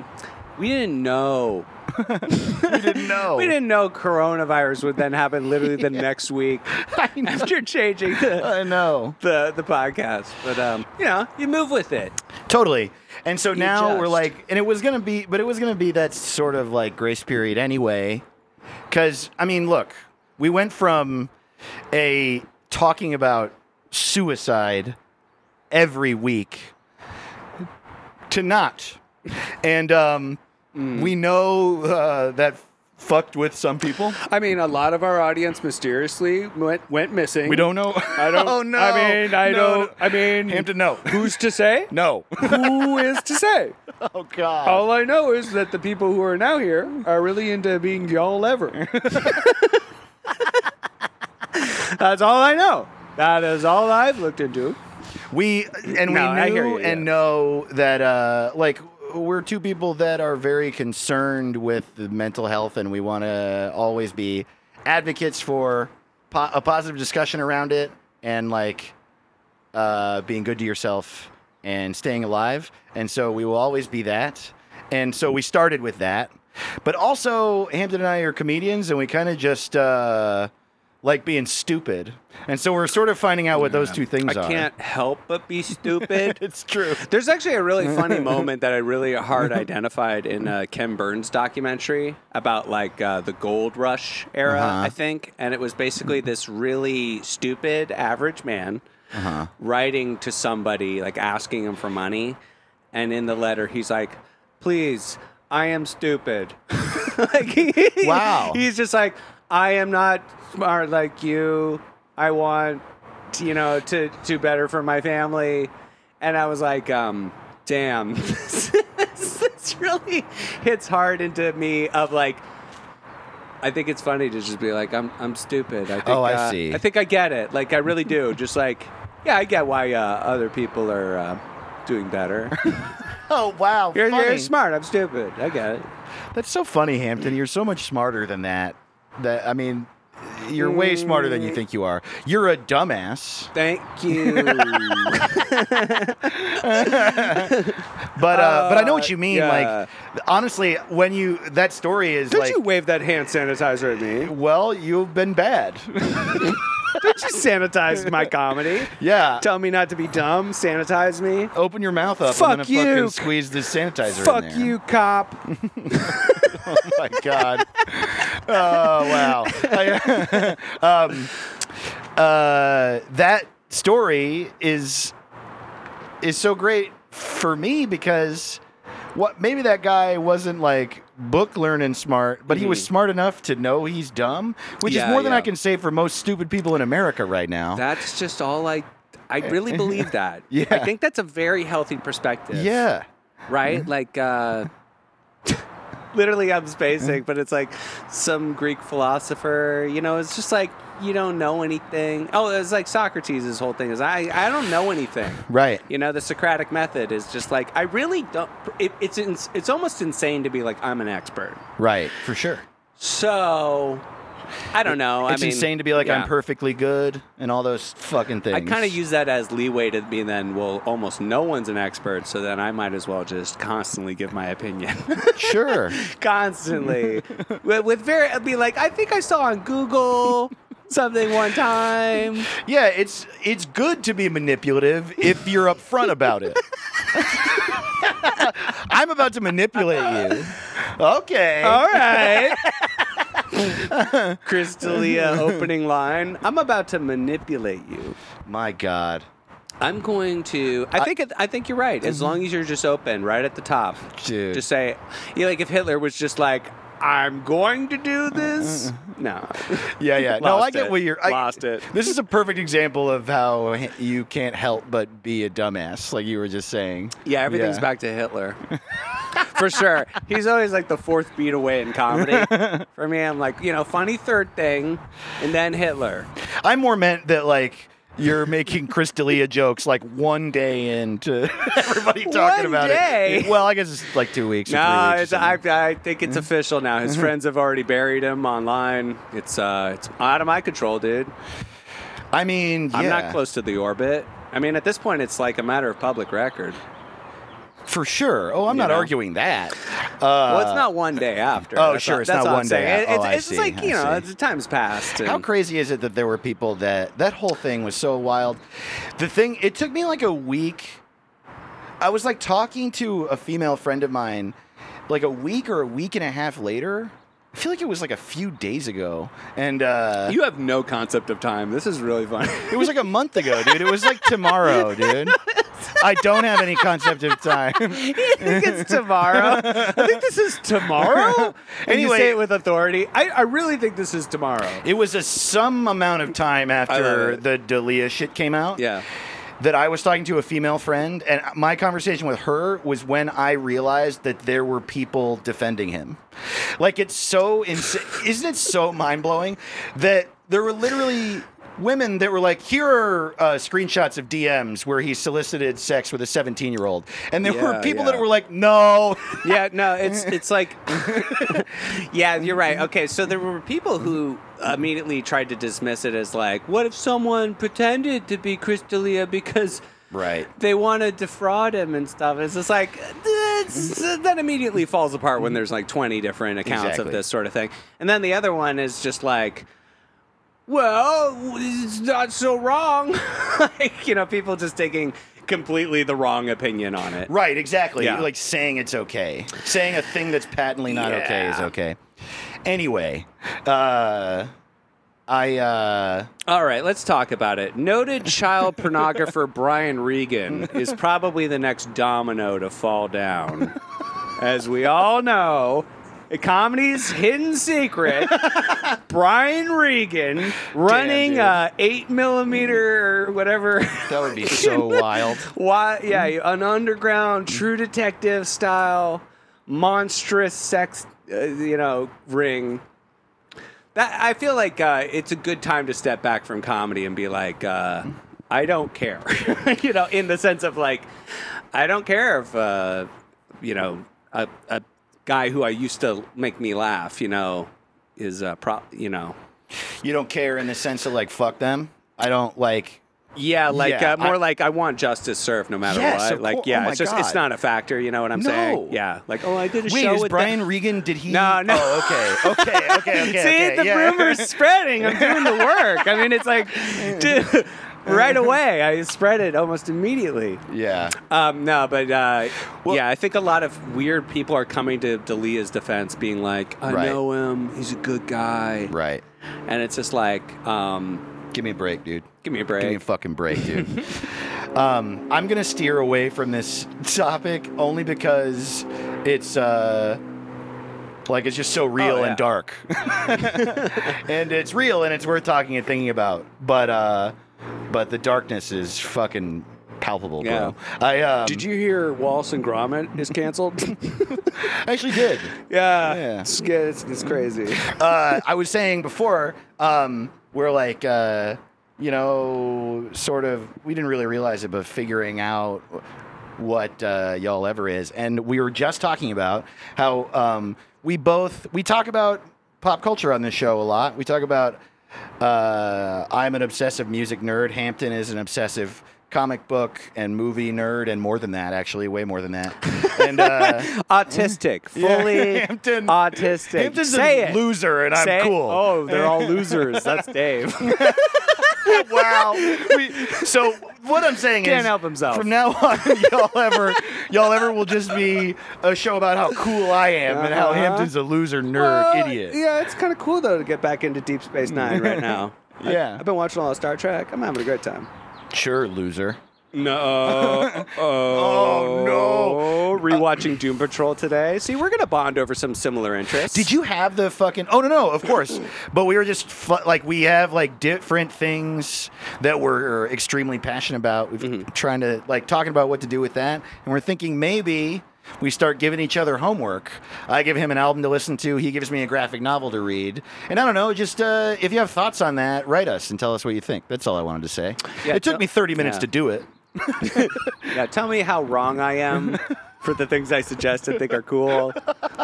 [SPEAKER 3] we didn't know.
[SPEAKER 5] we didn't know.
[SPEAKER 3] We didn't know coronavirus would then happen literally the next week after changing the,
[SPEAKER 5] I know.
[SPEAKER 3] the the podcast. But um, you know, you move with it.
[SPEAKER 5] Totally. And so now we're
[SPEAKER 3] just-
[SPEAKER 5] like, and it was gonna be, but it was gonna be that sort of like grace period anyway, because I mean, look, we went from a talking about suicide every week to not, and um,
[SPEAKER 3] Mm.
[SPEAKER 5] we know uh, that fucked with some people.
[SPEAKER 3] I mean, a lot of our audience mysteriously went went missing.
[SPEAKER 5] We don't know.
[SPEAKER 3] I don't.
[SPEAKER 5] oh no.
[SPEAKER 3] I mean, I
[SPEAKER 5] No,
[SPEAKER 3] don't. I mean,
[SPEAKER 5] no. Hampton, no.
[SPEAKER 3] who's to say?
[SPEAKER 5] No.
[SPEAKER 3] Who is to say?
[SPEAKER 5] oh God.
[SPEAKER 3] All I know is that the people who are now here are really into being y'all ever. That's all I know. That is all I've looked into.
[SPEAKER 5] We and
[SPEAKER 3] No,
[SPEAKER 5] we
[SPEAKER 3] I hear
[SPEAKER 5] knew
[SPEAKER 3] you, yeah.
[SPEAKER 5] and know that uh, like we're two people that are very concerned with the mental health, and we want to always be advocates for po- a positive discussion around it, and like uh, being good to yourself and staying alive. And so we will always be that. And so we started with that. But also, Hampton and I are comedians, and we kind of just uh, like being stupid. And so we're sort of finding out what those two things are.
[SPEAKER 3] I can't help but be stupid.
[SPEAKER 5] It's true.
[SPEAKER 3] There's actually a really funny moment that I really hard identified in uh, Ken Burns' documentary about like uh, the gold rush era, I think, and it was basically this really stupid average man writing to somebody like asking him for money, and in the letter he's like, "Please, I am stupid." like he,
[SPEAKER 5] Wow.
[SPEAKER 3] he's just like, "I am not smart like you. I want." t- you know, to do better for my family. And I was like, um, damn, this, this really hits hard into me of like, I think it's funny to just be like, I'm, I'm stupid. I think,
[SPEAKER 5] Oh, I
[SPEAKER 3] uh,
[SPEAKER 5] see.
[SPEAKER 3] I think I get it. Like, I really do. just like, yeah, I get why uh, other people are uh, doing better.
[SPEAKER 5] Oh wow,
[SPEAKER 3] You're,
[SPEAKER 5] funny.
[SPEAKER 3] you're smart. I'm stupid. I get it.
[SPEAKER 5] That's so funny, Hampton. You're so much smarter than that. That I mean, you're way smarter than you think you are. You're a dumbass.
[SPEAKER 3] Thank you.
[SPEAKER 5] But uh, but I know what
[SPEAKER 3] Uh,
[SPEAKER 5] you mean.
[SPEAKER 3] yeah.
[SPEAKER 5] Like honestly, when you that story is
[SPEAKER 3] Did
[SPEAKER 5] like,
[SPEAKER 3] you wave that hand sanitizer at me?
[SPEAKER 5] well, you've been bad.
[SPEAKER 3] Did you sanitize my comedy?
[SPEAKER 5] yeah.
[SPEAKER 3] Tell me not to be dumb. Sanitize me.
[SPEAKER 5] Open your mouth up.
[SPEAKER 3] Fuck
[SPEAKER 5] I'm gonna
[SPEAKER 3] you.
[SPEAKER 5] fucking squeeze this sanitizer.
[SPEAKER 3] Fuck
[SPEAKER 5] in there.
[SPEAKER 3] you, cop.
[SPEAKER 5] oh my god. Oh wow. I- um, uh, that story is is so great for me because what maybe that guy wasn't like book learning smart, but he was smart enough to know he's dumb, which
[SPEAKER 3] Mm-hmm. Yeah,
[SPEAKER 5] is more than
[SPEAKER 3] yeah.
[SPEAKER 5] I can say for most stupid people in America right now.
[SPEAKER 3] That's just all I. I really believe that.
[SPEAKER 5] Yeah.
[SPEAKER 3] I think that's a very healthy perspective.
[SPEAKER 5] yeah.
[SPEAKER 3] right? Like, uh, literally, I'm spacing, but it's like some Greek philosopher. You know, it's just like you don't know anything. Oh, it's like Socrates' whole thing is I I don't know anything.
[SPEAKER 5] Right.
[SPEAKER 3] You know, the Socratic method is just like I really don't. It, it's ins it's almost insane to be like I'm an expert.
[SPEAKER 5] Right. For sure.
[SPEAKER 3] So, I don't know.
[SPEAKER 4] it's
[SPEAKER 3] I mean,
[SPEAKER 4] insane to be like
[SPEAKER 3] yeah.
[SPEAKER 4] I'm
[SPEAKER 5] Perfectly good and all those fucking things.
[SPEAKER 3] I kind of use that as leeway to be then, well, almost no one's an expert, so then I might as well just constantly give my opinion.
[SPEAKER 5] Sure.
[SPEAKER 3] constantly. with, with very, I'd be like, I think I saw on Google something one time.
[SPEAKER 5] yeah, it's it's good to be manipulative if you're upfront about it. I'm about to manipulate you. Uh, Okay.
[SPEAKER 3] All right. Crystalia opening line. I'm about to manipulate you.
[SPEAKER 5] My God.
[SPEAKER 3] I'm going to. I think. it- I think you're right. As long as you're just open, right at the top,
[SPEAKER 5] Mm-hmm. Dude.
[SPEAKER 3] Just say, you know, like if Hitler was just like, "I'm going to do this." No.
[SPEAKER 5] Yeah, yeah. Mm-hmm. No, I
[SPEAKER 3] Lost
[SPEAKER 5] get
[SPEAKER 3] it.
[SPEAKER 5] what you're. I,
[SPEAKER 3] Lost it.
[SPEAKER 5] This is a perfect example of how h- you can't help but be a dumbass, like you were just saying.
[SPEAKER 3] Yeah, everything's back to Hitler. For sure. He's always like the fourth beat away in comedy. For me, I'm like, you know, funny third thing, and then Hitler.
[SPEAKER 5] I more meant that like you're making Crystalia jokes like one day into everybody talking
[SPEAKER 3] One
[SPEAKER 5] about
[SPEAKER 3] day?
[SPEAKER 5] it. Well, I guess it's like two weeks. or three
[SPEAKER 3] No,
[SPEAKER 5] weeks or
[SPEAKER 3] it's, I,
[SPEAKER 5] something.
[SPEAKER 3] I think
[SPEAKER 5] Mm-hmm.
[SPEAKER 3] it's official now. His friends have already buried him online. It's uh, it's out of my control, dude.
[SPEAKER 5] I mean,
[SPEAKER 3] I'm
[SPEAKER 5] yeah,
[SPEAKER 3] not close to the orbit. I mean, at this point, it's like a matter of public record.
[SPEAKER 5] for sure. Oh, I'm
[SPEAKER 3] You
[SPEAKER 5] not
[SPEAKER 3] know?
[SPEAKER 5] arguing that. Uh,
[SPEAKER 3] well, it's not one day after.
[SPEAKER 5] oh,
[SPEAKER 3] That's
[SPEAKER 5] sure,
[SPEAKER 3] all-
[SPEAKER 5] it's
[SPEAKER 3] that's
[SPEAKER 5] not
[SPEAKER 3] all I'm
[SPEAKER 5] one day
[SPEAKER 3] saying.
[SPEAKER 5] a-
[SPEAKER 3] It- it's
[SPEAKER 5] oh, I
[SPEAKER 3] it's just
[SPEAKER 5] see,
[SPEAKER 3] like
[SPEAKER 5] I
[SPEAKER 3] you know,
[SPEAKER 5] see.
[SPEAKER 3] it's, time's passed.
[SPEAKER 5] How
[SPEAKER 3] and-
[SPEAKER 5] crazy is it that there were people that that whole thing was so wild? The thing it took me like a week. I was like talking to a female friend of mine like a week or a week and a half later. I feel like it was like a few days ago. And uh
[SPEAKER 3] you have no concept of time. This is really funny.
[SPEAKER 5] it was like a month ago, dude. It was like tomorrow, dude. I don't have any concept of time.
[SPEAKER 3] I think it's tomorrow. I think this is tomorrow. And you
[SPEAKER 5] Anyway-
[SPEAKER 3] say it with authority. I, I really think this is tomorrow.
[SPEAKER 5] It was a some amount of time after
[SPEAKER 3] it.
[SPEAKER 5] the Dalia shit came out.
[SPEAKER 3] Yeah.
[SPEAKER 5] that I was talking to a female friend, and my conversation with her was when I realized that there were people defending him. Like it's so insane, isn't it? So mind blowing that there were literally women that were like, "Here are uh, screenshots of DMs where he solicited sex with a 17 year old," and there
[SPEAKER 3] Yeah,
[SPEAKER 5] were people
[SPEAKER 3] yeah.
[SPEAKER 5] that were like, "No,
[SPEAKER 3] Yeah, no, it's it's like Yeah, you're right. Okay, so there were people who immediately tried to dismiss it as like, what if someone pretended to be Crystalia because
[SPEAKER 5] right."
[SPEAKER 3] they want to defraud him and stuff. It's just like it's, that immediately falls apart when there's like 20 different accounts of
[SPEAKER 5] Exactly.
[SPEAKER 3] this sort of thing. And then the other one is just like, well, it's not so wrong. like, you know, people just taking completely the wrong opinion on it.
[SPEAKER 5] Right, exactly.
[SPEAKER 3] Yeah.
[SPEAKER 5] Like saying it's okay. Saying a thing that's patently not okay is
[SPEAKER 3] Yeah.
[SPEAKER 5] okay. Anyway, uh I uh
[SPEAKER 3] All right, let's talk about it. Noted child pornographer Brian Regan is probably the next domino to fall down. As we all know, a comedy's hidden secret. Brian Regan running
[SPEAKER 5] dude.
[SPEAKER 3] a eight millimeter or whatever.
[SPEAKER 5] that would be so wild.
[SPEAKER 3] Why? Yeah, an underground True Detective style monstrous sex, uh, you know, ring. That I feel like uh, it's a good time to step back from comedy and be like, uh, I don't care, you know, in the sense of like, I don't care if uh, you know a, a guy who I used to make me laugh, you know, is uh, pro, you know,
[SPEAKER 5] You don't care in the sense of like fuck them. I don't like
[SPEAKER 3] Yeah, like
[SPEAKER 5] Yeah,
[SPEAKER 3] uh, more
[SPEAKER 5] I-
[SPEAKER 3] like I want justice served no matter
[SPEAKER 5] Yes,
[SPEAKER 3] what.
[SPEAKER 5] of
[SPEAKER 3] Like
[SPEAKER 5] cour-
[SPEAKER 3] yeah,
[SPEAKER 5] oh my
[SPEAKER 3] it's just it's
[SPEAKER 5] God.
[SPEAKER 3] not a factor. You know what I'm
[SPEAKER 5] No.
[SPEAKER 3] saying? Yeah, like oh I did a
[SPEAKER 5] Wait,
[SPEAKER 3] show
[SPEAKER 5] is
[SPEAKER 3] with
[SPEAKER 5] Brian
[SPEAKER 3] the-
[SPEAKER 5] Regan did he
[SPEAKER 3] No, no.
[SPEAKER 5] Oh, okay. Okay, okay, okay.
[SPEAKER 3] See
[SPEAKER 5] okay,
[SPEAKER 3] the
[SPEAKER 5] yeah.
[SPEAKER 3] rumors spreading. I'm doing the work. I mean, it's like dude, right
[SPEAKER 5] Uh-huh.
[SPEAKER 3] away I spread it almost immediately.
[SPEAKER 5] Yeah.
[SPEAKER 3] Um, no, but uh, yeah, I think a lot of weird people are coming to Delia's defense, being like, I
[SPEAKER 5] Right.
[SPEAKER 3] know him, he's a good guy,
[SPEAKER 5] Right.
[SPEAKER 3] and it's just like, um,
[SPEAKER 5] Give me a break, dude.
[SPEAKER 3] give me a break.
[SPEAKER 5] Give me a fucking break, dude. um, I'm gonna steer away from this topic only because it's uh, like it's just so real
[SPEAKER 3] Oh, yeah.
[SPEAKER 5] and dark, and it's real and it's worth talking and thinking about. But uh, but the darkness is fucking
[SPEAKER 4] palpable,
[SPEAKER 3] Yeah.
[SPEAKER 4] bro. I um,
[SPEAKER 3] Did you hear Wallace and Gromit is canceled?
[SPEAKER 5] actually did.
[SPEAKER 3] yeah.
[SPEAKER 4] Yeah.
[SPEAKER 3] It's, good. it's, it's crazy.
[SPEAKER 4] Uh,
[SPEAKER 5] I was saying before, um, we're like, uh, you know, sort of, we didn't really realize it, but figuring out what uh, y'all ever is. And we were just talking about how um, we both, we talk about pop culture on this show a lot. We talk about, uh, I'm an obsessive music nerd. Hampton is an obsessive comic book and movie nerd and more than that actually way more than that and uh,
[SPEAKER 3] autistic, fully
[SPEAKER 5] Hampton-
[SPEAKER 3] autistic.
[SPEAKER 5] hampton's
[SPEAKER 3] Say
[SPEAKER 5] a
[SPEAKER 3] it.
[SPEAKER 5] loser and i'm
[SPEAKER 3] Say it.
[SPEAKER 5] cool
[SPEAKER 3] Oh, they're all losers. That's Dave.
[SPEAKER 5] wow. We, so what I'm saying
[SPEAKER 3] Can't
[SPEAKER 5] is,
[SPEAKER 3] help himself.
[SPEAKER 5] From now on, y'all ever, y'all ever will just be a show about how cool I am and how
[SPEAKER 3] Uh-huh.
[SPEAKER 5] Hampton's a loser, nerd,
[SPEAKER 3] Well,
[SPEAKER 5] idiot.
[SPEAKER 3] Yeah, it's kind of cool though to get back into Deep Space Nine right now. I-
[SPEAKER 5] Yeah.
[SPEAKER 3] I've been watching a lot of Star Trek. I'm having a great time.
[SPEAKER 5] Sure, loser.
[SPEAKER 3] No. oh,
[SPEAKER 5] no.
[SPEAKER 3] Rewatching Doom Patrol today. See, we're gonna bond over some similar interests.
[SPEAKER 5] Did you have the fucking? Oh no, no, of course. but we were just fu- like we have like different things that we're extremely passionate about. We've
[SPEAKER 3] Mm-hmm.
[SPEAKER 5] trying to like talking about what to do with that, and we're thinking maybe we start giving each other homework. I give him an album to listen to. He gives me a graphic novel to read. And I don't know, just uh, if you have thoughts on that, write us and tell us what you think. That's all I wanted to say.
[SPEAKER 3] Yeah,
[SPEAKER 5] it took
[SPEAKER 3] tell-
[SPEAKER 5] me thirty minutes
[SPEAKER 3] yeah.
[SPEAKER 5] to do it.
[SPEAKER 3] Yeah, tell me how wrong I am for the things I suggest and think are cool.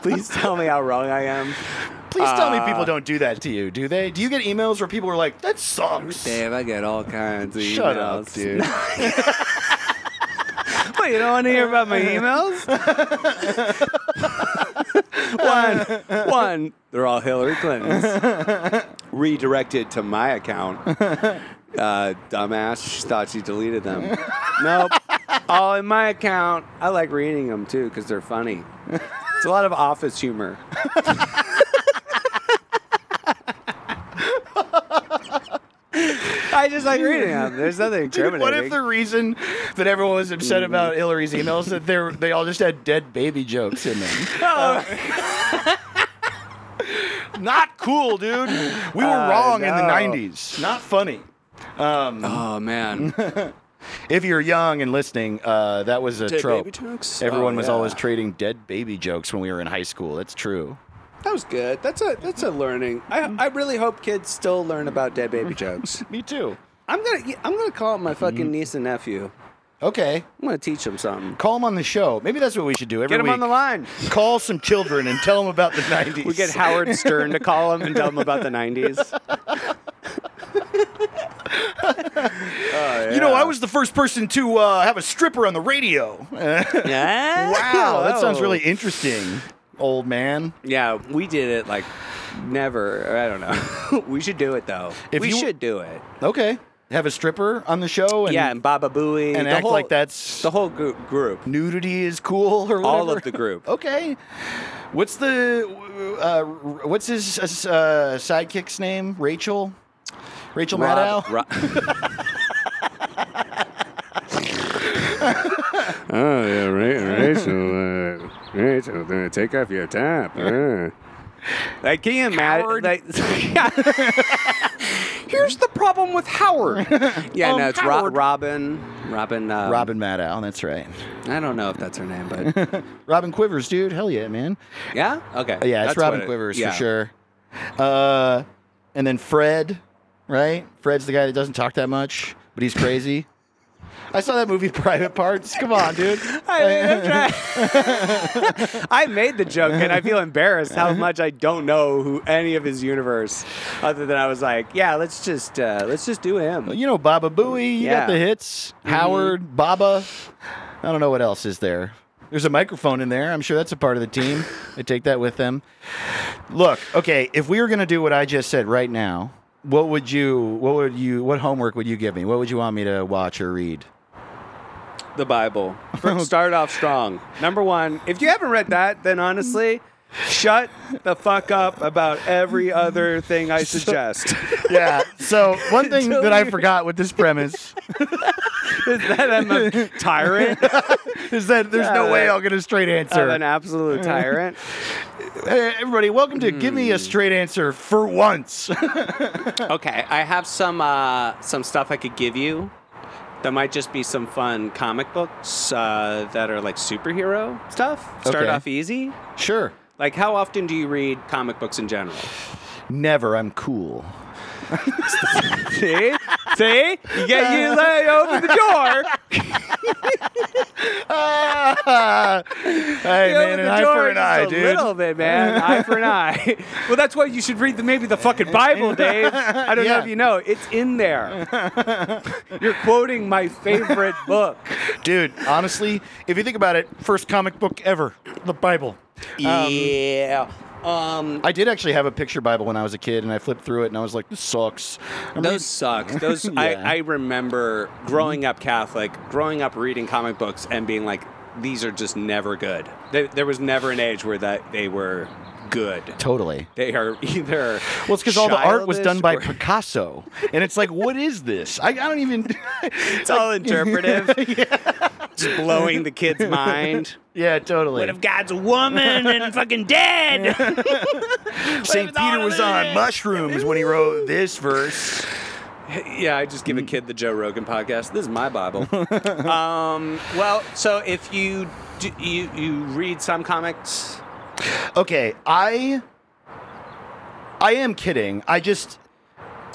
[SPEAKER 3] Please tell me how wrong I am.
[SPEAKER 5] Please tell me
[SPEAKER 3] Uh,
[SPEAKER 5] people don't do that to you, do they? Do you get emails where people are like, "That sucks"?
[SPEAKER 3] Dave, I get all kinds of
[SPEAKER 5] Shut
[SPEAKER 3] emails,
[SPEAKER 5] up, dude.
[SPEAKER 3] Wait, you don't want to hear about my emails? one, one, they're all Hillary Clinton's. Redirected to my account. Uh, dumbass she thought she deleted them. Nope. All in my account. I like reading them too because they're funny. It's a lot of office humor. I just like reading them. There's nothing
[SPEAKER 5] Dude,
[SPEAKER 3] incriminating. Mm-hmm.
[SPEAKER 5] what if the reason that everyone was upset about Hillary's emails that they are they all just had dead baby jokes in them? Oh. Uh, Not cool, dude. We were
[SPEAKER 3] Uh,
[SPEAKER 5] wrong in the
[SPEAKER 3] no.
[SPEAKER 5] '90s. Not funny.
[SPEAKER 3] Oh man.
[SPEAKER 5] If you're young and listening, uh, that was a
[SPEAKER 3] Dead
[SPEAKER 5] trope.
[SPEAKER 3] baby jokes?
[SPEAKER 5] Everyone
[SPEAKER 3] Oh,
[SPEAKER 5] was
[SPEAKER 3] yeah.
[SPEAKER 5] always trading dead baby jokes when we were in high school. That's true.
[SPEAKER 3] That was good. That's a that's a learning. I I really hope kids still learn about dead baby jokes.
[SPEAKER 5] Me too.
[SPEAKER 3] I'm gonna I'm gonna call up my
[SPEAKER 5] Mm-hmm.
[SPEAKER 3] fucking niece and nephew.
[SPEAKER 5] Okay,
[SPEAKER 3] I'm gonna teach them something.
[SPEAKER 5] call them on the show. Maybe that's what we should do every
[SPEAKER 3] Get them
[SPEAKER 5] week.
[SPEAKER 3] on the line.
[SPEAKER 5] Call some children and tell them about the '90s.
[SPEAKER 3] We get Howard Stern to call them and tell them about the '90s.
[SPEAKER 5] You know, I was the first person to uh, have a stripper on the radio.
[SPEAKER 3] Oh, Yeah.
[SPEAKER 5] Wow, that sounds
[SPEAKER 3] Oh.
[SPEAKER 5] really interesting, old man.
[SPEAKER 3] Yeah, we did it like never. I don't know. we should do it though.
[SPEAKER 5] If
[SPEAKER 3] we
[SPEAKER 5] you-
[SPEAKER 3] should do it.
[SPEAKER 5] Okay, have a stripper on the show and
[SPEAKER 3] yeah, and Baba Booey
[SPEAKER 5] and
[SPEAKER 3] the
[SPEAKER 5] act
[SPEAKER 3] whole-
[SPEAKER 5] like that's
[SPEAKER 3] the whole group. group.
[SPEAKER 5] nudity is cool or whatever.
[SPEAKER 3] All of the group.
[SPEAKER 5] Okay, what's the uh, what's his uh, sidekick's name? Rachel. Rachel
[SPEAKER 3] Rob-
[SPEAKER 5] Maddow.
[SPEAKER 3] Ro- oh yeah, Rachel, uh, Rachel, uh, take off your top. Uh. Like, can you imagine?
[SPEAKER 5] Howard.
[SPEAKER 3] Like, Here's the problem with Howard. Yeah,
[SPEAKER 5] Um,
[SPEAKER 3] no, it's Ro-
[SPEAKER 5] Howard.
[SPEAKER 3] Robin. Robin. Um,
[SPEAKER 5] Robin Maddow. That's right.
[SPEAKER 3] I don't know if that's her name, but
[SPEAKER 5] Robin Quivers, dude. Hell yeah, man.
[SPEAKER 3] yeah. Okay.
[SPEAKER 5] Yeah, it's
[SPEAKER 3] That's
[SPEAKER 5] Robin
[SPEAKER 3] what it-
[SPEAKER 5] Quivers
[SPEAKER 3] yeah.
[SPEAKER 5] for sure. Uh, and then Fred, right? Fred's the guy that doesn't talk that much, but he's crazy. I saw that movie Private Parts. Come on, dude.
[SPEAKER 3] I, mean, I'm trying- I made the joke, and I feel embarrassed how much I don't know who any of his universe, other than I was like, yeah, let's just uh, let's just do him.
[SPEAKER 5] You know Baba Booey. You
[SPEAKER 3] Yeah. Mm-hmm.
[SPEAKER 5] got the hits. Howard, Baba. I don't know what else is there. There's a microphone in there. I'm sure that's a part of the team. I take that with them. Look, okay. If we were gonna do what I just said right now, what would you? What would you? What homework would you give me? What would you want me to watch or read?
[SPEAKER 3] The Bible. Fir- Start off strong. Number one, if you haven't read that, then honestly. Shut the fuck up about every other thing I suggest.
[SPEAKER 5] Yeah. So one thing
[SPEAKER 3] Don't
[SPEAKER 5] that I
[SPEAKER 3] you-
[SPEAKER 5] forgot with this premise
[SPEAKER 3] Is that I'm a tyrant?
[SPEAKER 5] is that there's no
[SPEAKER 3] Yeah.
[SPEAKER 5] way I'll get a straight
[SPEAKER 3] I'm an
[SPEAKER 5] answer.
[SPEAKER 3] absolute tyrant.
[SPEAKER 5] Hey, everybody, welcome to Give
[SPEAKER 3] Hmm.
[SPEAKER 5] Me a Straight Answer for once.
[SPEAKER 3] Okay, I have some uh, some stuff I could give you that might just be some fun comic books uh, that are like superhero stuff. Start
[SPEAKER 5] Okay.
[SPEAKER 3] off easy.
[SPEAKER 5] Sure.
[SPEAKER 3] Like, how often do you read comic books in general?
[SPEAKER 5] Never. I'm cool.
[SPEAKER 3] See, see, you get you let you open the door.
[SPEAKER 5] Ah! hey
[SPEAKER 3] You
[SPEAKER 5] man,
[SPEAKER 3] open
[SPEAKER 5] an
[SPEAKER 3] the
[SPEAKER 5] eye
[SPEAKER 3] door
[SPEAKER 5] for an
[SPEAKER 3] just
[SPEAKER 5] eye,
[SPEAKER 3] a
[SPEAKER 5] dude.
[SPEAKER 3] little bit, man. An eye for an eye. Well, that's why you should read the maybe the fucking Bible, Dave. I don't know
[SPEAKER 5] Yeah.
[SPEAKER 3] if you know, it's in there. You're quoting my favorite book.
[SPEAKER 5] Dude, honestly, if you think about it, first comic book ever, the Bible.
[SPEAKER 3] yeah. Um,
[SPEAKER 5] I did actually have a picture Bible when I was a kid, and I flipped through it, and I was like, "This sucks." I mean,
[SPEAKER 3] Those suck. Those I,
[SPEAKER 5] Yeah.
[SPEAKER 3] I remember growing up Catholic, growing up reading comic books and being like, these are just never good. There, there was never an age where that they were good.
[SPEAKER 5] totally.
[SPEAKER 3] They are either
[SPEAKER 5] Well, it's because all the art was done by
[SPEAKER 3] childish or-
[SPEAKER 5] Picasso, and it's like, what is this? I, I don't even.
[SPEAKER 3] it's all interpretive. Just blowing the kid's mind.
[SPEAKER 5] yeah, totally.
[SPEAKER 3] What if God's a woman and fucking dead?
[SPEAKER 5] Saint Peter was on mushrooms when he wrote this verse.
[SPEAKER 3] yeah, I just give a kid the Joe Rogan podcast. This is my Bible. um, well, so if you do, you you read some comics,
[SPEAKER 5] Okay, I. I am kidding. I just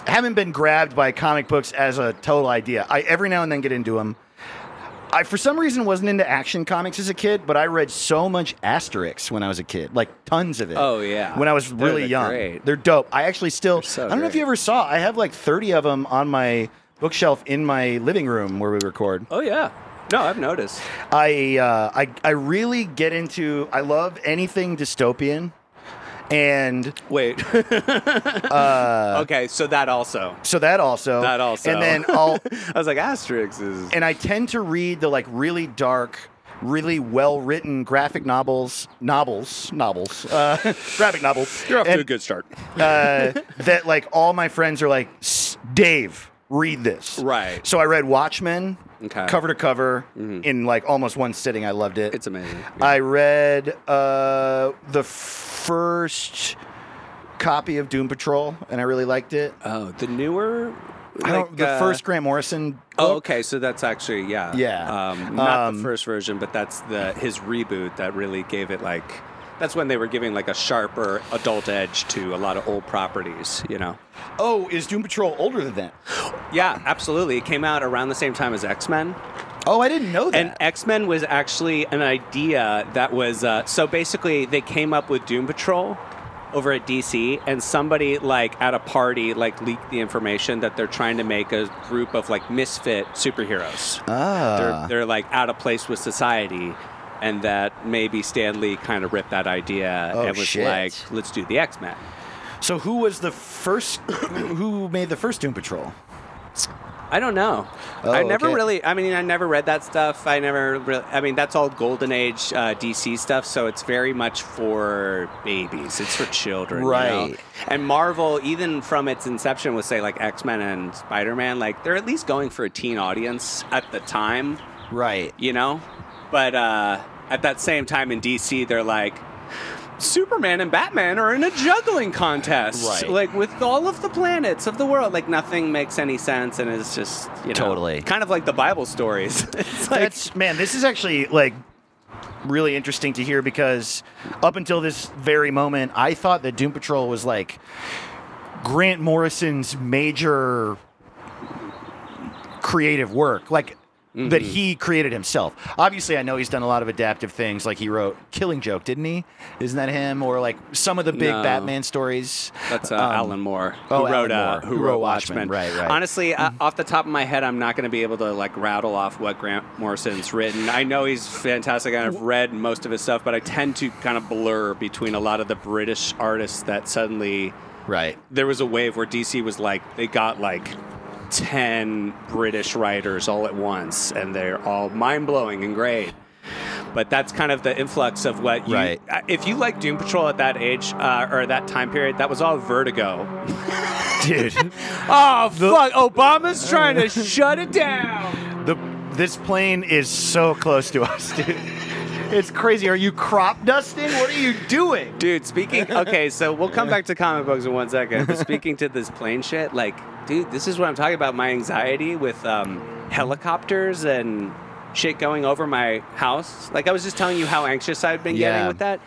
[SPEAKER 5] haven't been grabbed by comic books as a total idea. I every now and then get into them. I, for some reason, wasn't into action comics as a kid, but I read so much Asterix when I was a kid, like tons of it.
[SPEAKER 3] Oh, yeah.
[SPEAKER 5] when I was
[SPEAKER 3] They're
[SPEAKER 5] really
[SPEAKER 3] the
[SPEAKER 5] young.
[SPEAKER 3] great.
[SPEAKER 5] They're dope. I actually still.
[SPEAKER 3] so
[SPEAKER 5] I don't know if
[SPEAKER 3] great.
[SPEAKER 5] you ever saw. I have like thirty of them on my bookshelf in my living room where we record.
[SPEAKER 3] Oh yeah. No, I've noticed.
[SPEAKER 5] I uh, I I really get into. I love anything dystopian, and
[SPEAKER 3] Wait. okay, so that also.
[SPEAKER 5] so that also
[SPEAKER 3] That also.
[SPEAKER 5] and then I'll
[SPEAKER 3] I was like, Asterix is.
[SPEAKER 5] and I tend to read the like really dark, really well written graphic novels, novels, novels, uh, graphic novels. and,
[SPEAKER 3] good start.
[SPEAKER 5] uh, that like all my friends are like, "S- Dave, read this.
[SPEAKER 3] Right.
[SPEAKER 5] So I read Watchmen,
[SPEAKER 3] Okay. Mm-hmm.
[SPEAKER 5] cover to cover, in like almost one sitting. I loved it.
[SPEAKER 3] It's amazing.
[SPEAKER 5] I read uh, the first copy of Doom Patrol, and I really liked it.
[SPEAKER 3] oh, the newer.
[SPEAKER 5] I don't-
[SPEAKER 3] like,
[SPEAKER 5] the
[SPEAKER 3] uh,
[SPEAKER 5] first Grant Morrison.
[SPEAKER 3] Oh,
[SPEAKER 5] book.
[SPEAKER 3] okay. So that's actually yeah.
[SPEAKER 5] Yeah.
[SPEAKER 3] Um, not the
[SPEAKER 5] Um,
[SPEAKER 3] first version, but that's the his reboot that really gave it like. That's when they were giving like a sharper adult edge to a lot of old properties. You know.
[SPEAKER 5] Oh, is Doom Patrol older than that?
[SPEAKER 3] Yeah, absolutely. It came out around the same time as X Men.
[SPEAKER 5] Oh, I didn't know that.
[SPEAKER 3] And X Men was actually an idea that was uh, so basically they came up with Doom Patrol over at DC, and somebody like at a party like leaked the information that they're trying to make a group of like misfit superheroes.
[SPEAKER 5] ah,
[SPEAKER 3] They're, they're like out of place with society. And that maybe Stan Lee kind of ripped that idea
[SPEAKER 5] Oh,
[SPEAKER 3] and was
[SPEAKER 5] shit.
[SPEAKER 3] like, let's do the X Men.
[SPEAKER 5] so who was the first? who made the first Doom Patrol?
[SPEAKER 3] I don't know.
[SPEAKER 5] Oh,
[SPEAKER 3] I never
[SPEAKER 5] okay.
[SPEAKER 3] really. I mean, I never read that stuff. I never. Really, I mean, that's all Golden Age uh, DC stuff. So it's very much for babies. It's for children, you know?
[SPEAKER 5] Right.
[SPEAKER 3] And Marvel, even from its inception, with say like X Men and Spider Man, like they're at least going for a teen audience at the time,
[SPEAKER 5] Right.
[SPEAKER 3] you know. But uh, at that same time in DC, they're like. Superman and Batman are in a juggling contest,
[SPEAKER 5] Right.
[SPEAKER 3] like with all of the planets of the world. Like nothing makes any sense, and it's just you know,
[SPEAKER 4] Totally.
[SPEAKER 3] kind of like the Bible stories. it's like
[SPEAKER 5] That's man. This is actually like really interesting to hear because up until this very moment, I thought that Doom Patrol was like Grant Morrison's major creative work, like that
[SPEAKER 3] Mm-hmm.
[SPEAKER 5] he created himself. Obviously, I know he's done a lot of adaptive things, like he wrote Killing Joke, didn't he? Isn't that him? Or like some of the big
[SPEAKER 3] No.
[SPEAKER 5] Batman stories.
[SPEAKER 3] that's uh,
[SPEAKER 5] Um,
[SPEAKER 3] Alan Moore who
[SPEAKER 5] oh, Alan
[SPEAKER 3] wrote uh,
[SPEAKER 5] Moore,
[SPEAKER 3] who, wrote Watchmen.
[SPEAKER 5] Right, right.
[SPEAKER 3] Honestly, uh, off the top of my head, I'm not going to be able to like rattle off what Grant Morrison's written. I know he's fantastic. and I've read most of his stuff, but I tend to kind of blur between a lot of the British artists that suddenly
[SPEAKER 5] Right.
[SPEAKER 3] there was a wave where DC was like they got like ten British writers all at once, and they're all mind blowing and great. But that's kind of the influx of what you.
[SPEAKER 5] Right.
[SPEAKER 3] uh, If you like Doom Patrol at that age uh, or that time period, that was all Vertigo.
[SPEAKER 5] Dude.
[SPEAKER 3] Oh fuck! Obama's trying to shut it down.
[SPEAKER 5] The this plane is so close to us, dude. It's crazy. Are you crop dusting? What are you doing?
[SPEAKER 3] Dude, speaking. Okay, so we'll come back to comic books in one second. But speaking to this plane shit, like dude, this is what I'm talking about. My anxiety with um, helicopters and shit going over my house. Like I was just telling you how anxious I've been
[SPEAKER 6] Yeah.
[SPEAKER 3] getting with that.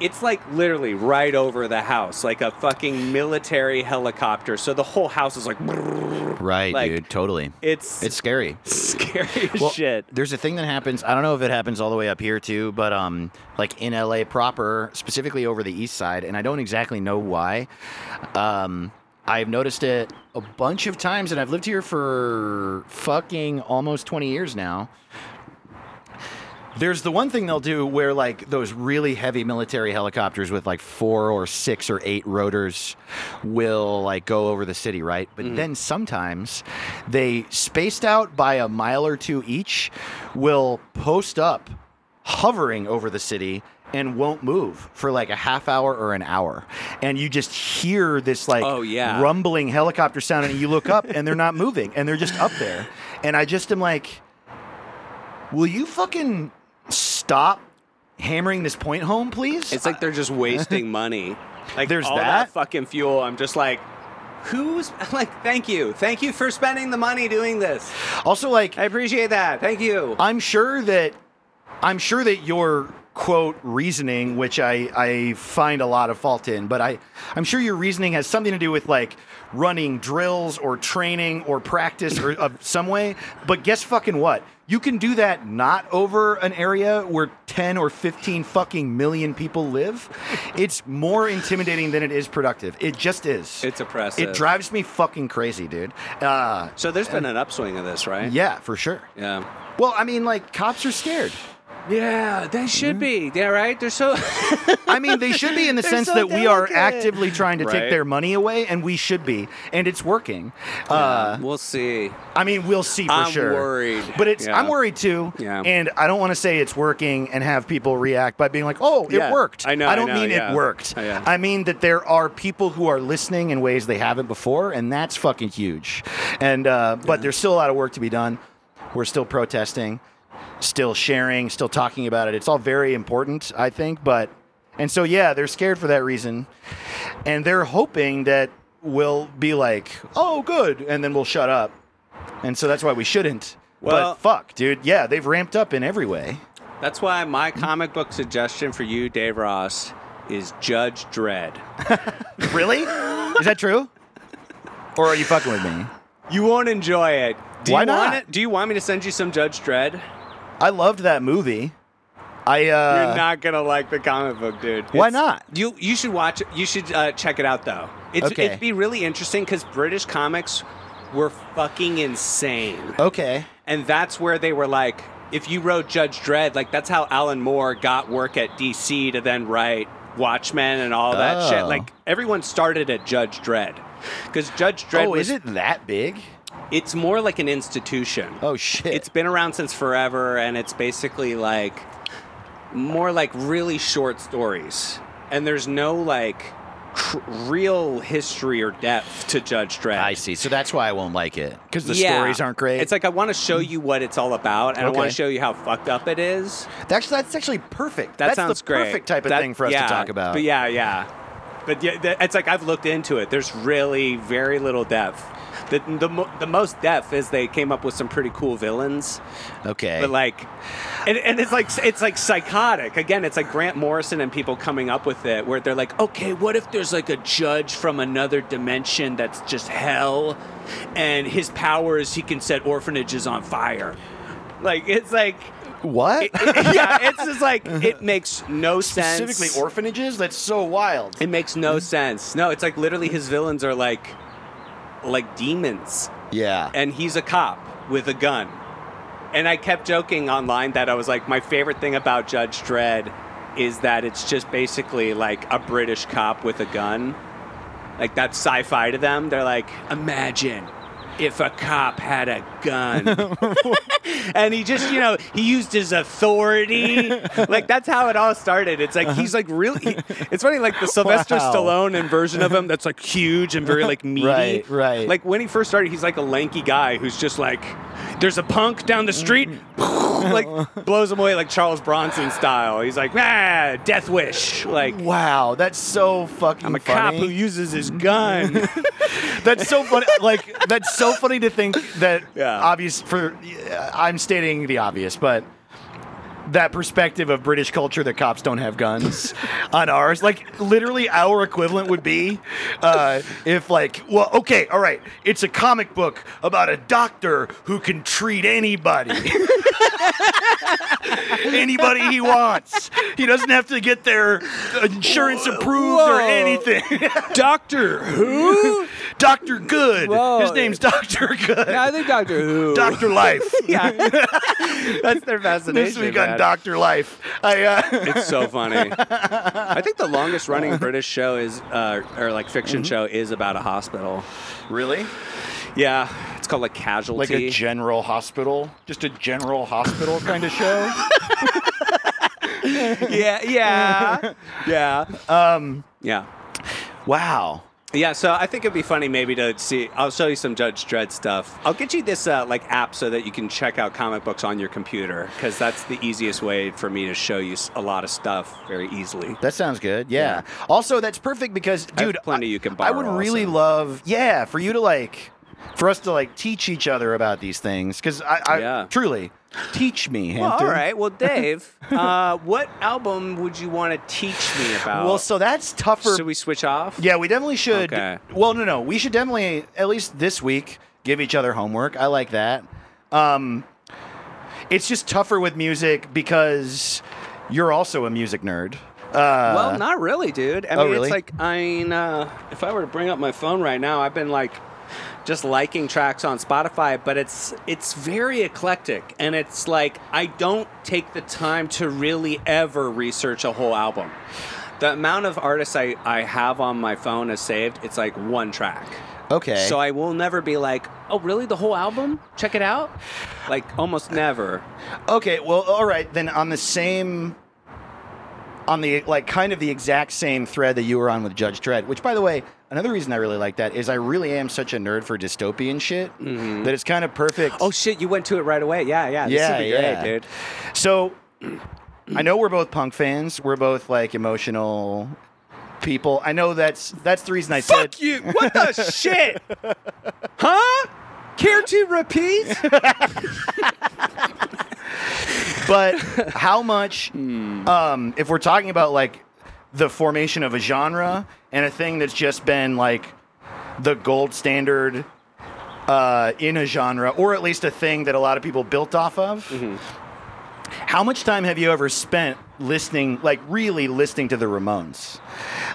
[SPEAKER 3] It's like literally right over the house, like a fucking military helicopter. So the whole house is like,
[SPEAKER 5] Right,
[SPEAKER 3] Like-
[SPEAKER 5] dude. Totally.
[SPEAKER 3] it's
[SPEAKER 5] It's
[SPEAKER 3] it's
[SPEAKER 5] scary.
[SPEAKER 3] scary as
[SPEAKER 5] Well,
[SPEAKER 3] shit.
[SPEAKER 5] There's a thing that happens. I don't know if it happens all the way up here too, but um, like in LA proper, specifically over the east side, and I don't exactly know why. Um, I've noticed it a bunch of times, and I've lived here for fucking almost 20 years now. There's the one thing they'll do where like those really heavy military helicopters with like four or six or eight rotors will like go over the city, right? But
[SPEAKER 3] Mm-hmm.
[SPEAKER 5] then sometimes they spaced out by a mile or two each will post up hovering over the city and won't move for like a half hour or an hour. And you just hear this like
[SPEAKER 3] Oh, yeah.
[SPEAKER 5] rumbling helicopter sound and you look up and they're not moving and they're just up there. And I just am like Will you fucking stop hammering this point home, please?
[SPEAKER 3] It's like they're just wasting money. Like
[SPEAKER 5] There's
[SPEAKER 3] all that?
[SPEAKER 5] that.
[SPEAKER 3] fucking fuel. I'm just like, who's like, thank you, thank you for spending the money doing this.
[SPEAKER 5] also like
[SPEAKER 3] I appreciate that. Thank you.
[SPEAKER 5] I'm sure that I'm sure that your quote reasoning, which I, I find a lot of fault in, but I, I'm sure your reasoning has something to do with like running drills or training or practice or of some way. But guess fucking what? You can do that not over an area where 10 or 15 fucking million people live. It's more intimidating than it is productive. It just is.
[SPEAKER 3] It's oppressive.
[SPEAKER 5] It drives me fucking crazy, dude. Uh,
[SPEAKER 3] so there's been an upswing of this, right?
[SPEAKER 5] yeah, for sure.
[SPEAKER 3] Yeah.
[SPEAKER 5] Well, I mean, like, cops are scared.
[SPEAKER 3] Yeah, they should
[SPEAKER 5] Mm-hmm.
[SPEAKER 3] be. Yeah, right. They're so.
[SPEAKER 5] I mean, they should be in the
[SPEAKER 3] They're
[SPEAKER 5] sense
[SPEAKER 3] so
[SPEAKER 5] that we are
[SPEAKER 3] delicate.
[SPEAKER 5] actively trying to
[SPEAKER 3] Right.
[SPEAKER 5] take their money away, and we should be, and it's working. Uh,
[SPEAKER 3] we'll see.
[SPEAKER 5] I mean, we'll see for
[SPEAKER 3] I'm
[SPEAKER 5] sure.
[SPEAKER 3] worried.
[SPEAKER 5] but it's
[SPEAKER 3] Yeah.
[SPEAKER 5] I'm worried too,
[SPEAKER 3] Yeah.
[SPEAKER 5] and I don't want to say it's working and have people react by being like, "Oh, it
[SPEAKER 3] Yeah.
[SPEAKER 5] worked."
[SPEAKER 3] I know,
[SPEAKER 5] I
[SPEAKER 3] I
[SPEAKER 5] don't
[SPEAKER 3] know,
[SPEAKER 5] mean
[SPEAKER 3] yeah.
[SPEAKER 5] it worked.
[SPEAKER 3] Oh, yeah.
[SPEAKER 5] I mean that there are people who are listening in ways they haven't before, and that's fucking huge. And uh, but there's still a lot of work to be done. We're still protesting, still sharing, still talking about it. It's all very important, I think. But and so yeah, they're scared for that reason, and they're hoping that we'll be like, "Oh, good," and then we'll shut up. And so that's why we shouldn't.
[SPEAKER 3] Well-
[SPEAKER 5] but fuck, dude. Yeah, they've ramped up in every way.
[SPEAKER 3] That's why my comic book suggestion for you, Dave Ross, is Judge Dredd.
[SPEAKER 5] Really? Is that true? Or are you fucking with me?
[SPEAKER 3] You won't enjoy it. Do
[SPEAKER 5] Why
[SPEAKER 3] you want
[SPEAKER 5] not?
[SPEAKER 3] it? Do you want me to send you some Judge Dredd?
[SPEAKER 5] I loved that movie. I uh
[SPEAKER 3] You're not gonna like the comic book, dude.
[SPEAKER 5] Why
[SPEAKER 3] It's-
[SPEAKER 5] not?
[SPEAKER 3] You you should watch. it. You should uh, check it out though. It's,
[SPEAKER 5] Okay.
[SPEAKER 3] It'd be really interesting because British comics were fucking insane,
[SPEAKER 5] Okay.
[SPEAKER 3] and that's where they were like, if you wrote Judge Dredd, like that's how Alan Moore got work at DC to then write Watchmen and all that shit.
[SPEAKER 5] Oh.
[SPEAKER 3] Like everyone started at Judge Dredd because Judge Dredd
[SPEAKER 5] oh, is
[SPEAKER 3] was
[SPEAKER 5] it that big?
[SPEAKER 3] it's more like an institution.
[SPEAKER 5] Oh shit.
[SPEAKER 3] It's been around since forever, and it's basically like more like really short stories, and there's no like cr- real history or depth to Judge Dredd.
[SPEAKER 5] I see. So that's why I won't like it. Because the
[SPEAKER 3] Yeah.
[SPEAKER 5] stories aren't great.
[SPEAKER 3] It's like I want to show you what it's all about, and I want
[SPEAKER 5] Okay.
[SPEAKER 3] to show you how fucked up it is.
[SPEAKER 5] that's, that's actually perfect.
[SPEAKER 3] That
[SPEAKER 5] that's
[SPEAKER 3] sounds
[SPEAKER 5] the
[SPEAKER 3] great.
[SPEAKER 5] perfect type of
[SPEAKER 3] That-
[SPEAKER 5] thing for us
[SPEAKER 3] yeah,
[SPEAKER 5] to talk about.
[SPEAKER 3] But yeah, yeah. But yeah, that, it's like I've looked into it. There's really very little depth. The, the, mo- the most depth is they came up with some pretty cool villains
[SPEAKER 5] Okay.
[SPEAKER 3] but like and, and it's like it's like psychotic again it's like grant morrison and people coming up with it where they're like okay what if there's like a judge from another dimension that's just hell and his power is he can set orphanages on fire like it's like
[SPEAKER 5] what?
[SPEAKER 3] it- it- yeah it's just like it makes no sense
[SPEAKER 5] Specifically orphanages? That's so wild.
[SPEAKER 3] it makes no sense no it's like literally his villains are like like demons
[SPEAKER 5] Yeah.
[SPEAKER 3] and he's a cop with a gun. And I kept joking online that I was like, my favorite thing about Judge Dredd is that it's just basically like a British cop with a gun. Like that's sci-fi to them. They're like, imagine if a cop had a gun. and he just, you know, he used his authority. like that's how it all started. It's like he's like really it's funny like the Sylvester
[SPEAKER 5] Uh-huh. Wow.
[SPEAKER 3] Stallone and version of him that's like huge and very like meaty.
[SPEAKER 5] Right, right.
[SPEAKER 3] Like when he first started, he's like a lanky guy who's just like, there's a punk down the street, like blows him away like Charles Bronson style. He's like, ah, death wish. Like,
[SPEAKER 5] Wow, that's so fucking
[SPEAKER 3] I'm a cop
[SPEAKER 5] funny.
[SPEAKER 3] who uses his gun.
[SPEAKER 5] That's so funny. Like that's so funny to think that
[SPEAKER 3] Yeah.
[SPEAKER 5] obvious for I'm stating the obvious, but that perspective of British culture that cops don't have guns on ours, like literally our equivalent would be uh, if like, well, okay, all right, it's a comic book about a doctor who can treat anybody. Anybody he wants. He doesn't have to get their insurance approved or
[SPEAKER 3] Whoa.
[SPEAKER 5] anything.
[SPEAKER 3] Doctor Who?
[SPEAKER 5] Dr. Good.
[SPEAKER 3] Whoa.
[SPEAKER 5] His name's Dr. Good.
[SPEAKER 3] yeah, I think Doctor Who.
[SPEAKER 5] Dr. Life.
[SPEAKER 3] yeah. That's their fascination.
[SPEAKER 5] this week on
[SPEAKER 3] man.
[SPEAKER 5] Dr. Life. I, uh,
[SPEAKER 3] It's so funny. I think the longest running British show is, uh, or like fiction show, is about a hospital.
[SPEAKER 5] really?
[SPEAKER 3] Yeah, it's called like Casualty.
[SPEAKER 5] Like a general hospital? Just a general hospital kind of show?
[SPEAKER 3] yeah, yeah, yeah,
[SPEAKER 5] Um,
[SPEAKER 3] yeah.
[SPEAKER 5] wow.
[SPEAKER 3] Yeah, so I think it'd be funny maybe to see. I'll show you some Judge Dredd stuff. I'll get you this uh, like app so that you can check out comic books on your computer because that's the easiest way for me to show you s- a lot of stuff very easily.
[SPEAKER 5] That sounds good. Yeah. Also, that's perfect because,
[SPEAKER 3] I have
[SPEAKER 5] dude,
[SPEAKER 3] plenty you can
[SPEAKER 5] I
[SPEAKER 3] borrow.
[SPEAKER 5] would really
[SPEAKER 3] also.
[SPEAKER 5] love, yeah, for you to like, for us to like teach each other about these things because I, I
[SPEAKER 3] Yeah.
[SPEAKER 5] truly teach me.
[SPEAKER 3] Well, all
[SPEAKER 5] Hampton.
[SPEAKER 3] right. Well, Dave, uh, what album would you want to teach me about?
[SPEAKER 5] Well, so that's tougher.
[SPEAKER 3] should we switch off?
[SPEAKER 5] Yeah, we definitely should.
[SPEAKER 3] Okay.
[SPEAKER 5] Well, no, no, we should definitely at least this week give each other homework. I like that. Um, it's just tougher with music because you're also a music nerd. Uh,
[SPEAKER 3] Well, not really, dude. I mean,
[SPEAKER 5] oh, really?
[SPEAKER 3] it's like I mean, uh, if I were to bring up my phone right now, I've been like just liking tracks on Spotify, but it's it's very eclectic, and it's like I don't take the time to really ever research a whole album. The amount of artists I, I have on my phone is saved, it's like one track.
[SPEAKER 5] okay.
[SPEAKER 3] So I will never be like, oh, really? The whole album? Check it out? Like, almost never.
[SPEAKER 5] Okay, well, all right. Then on the same, on the like kind of the exact same thread that you were on with Judge Dredd, which by the way, another reason I really like that is I really am such a nerd for dystopian shit that it's kind of perfect.
[SPEAKER 3] Mm-hmm. Oh, shit, you went to it right away. Yeah, yeah. This
[SPEAKER 5] Yeah,
[SPEAKER 3] would be
[SPEAKER 5] yeah.
[SPEAKER 3] great, dude.
[SPEAKER 5] so I know we're both punk fans. We're both like emotional people. I know that's that's the reason I said.
[SPEAKER 3] Fuck you! What the shit? Huh? Care to repeat?
[SPEAKER 5] but how much
[SPEAKER 3] Hmm.
[SPEAKER 5] um, if we're talking about like the formation of a genre and a thing that's just been like the gold standard uh, in a genre or at least a thing that a lot of people built off of
[SPEAKER 3] Mm-hmm.
[SPEAKER 5] how much time have you ever spent listening like really listening to the ramones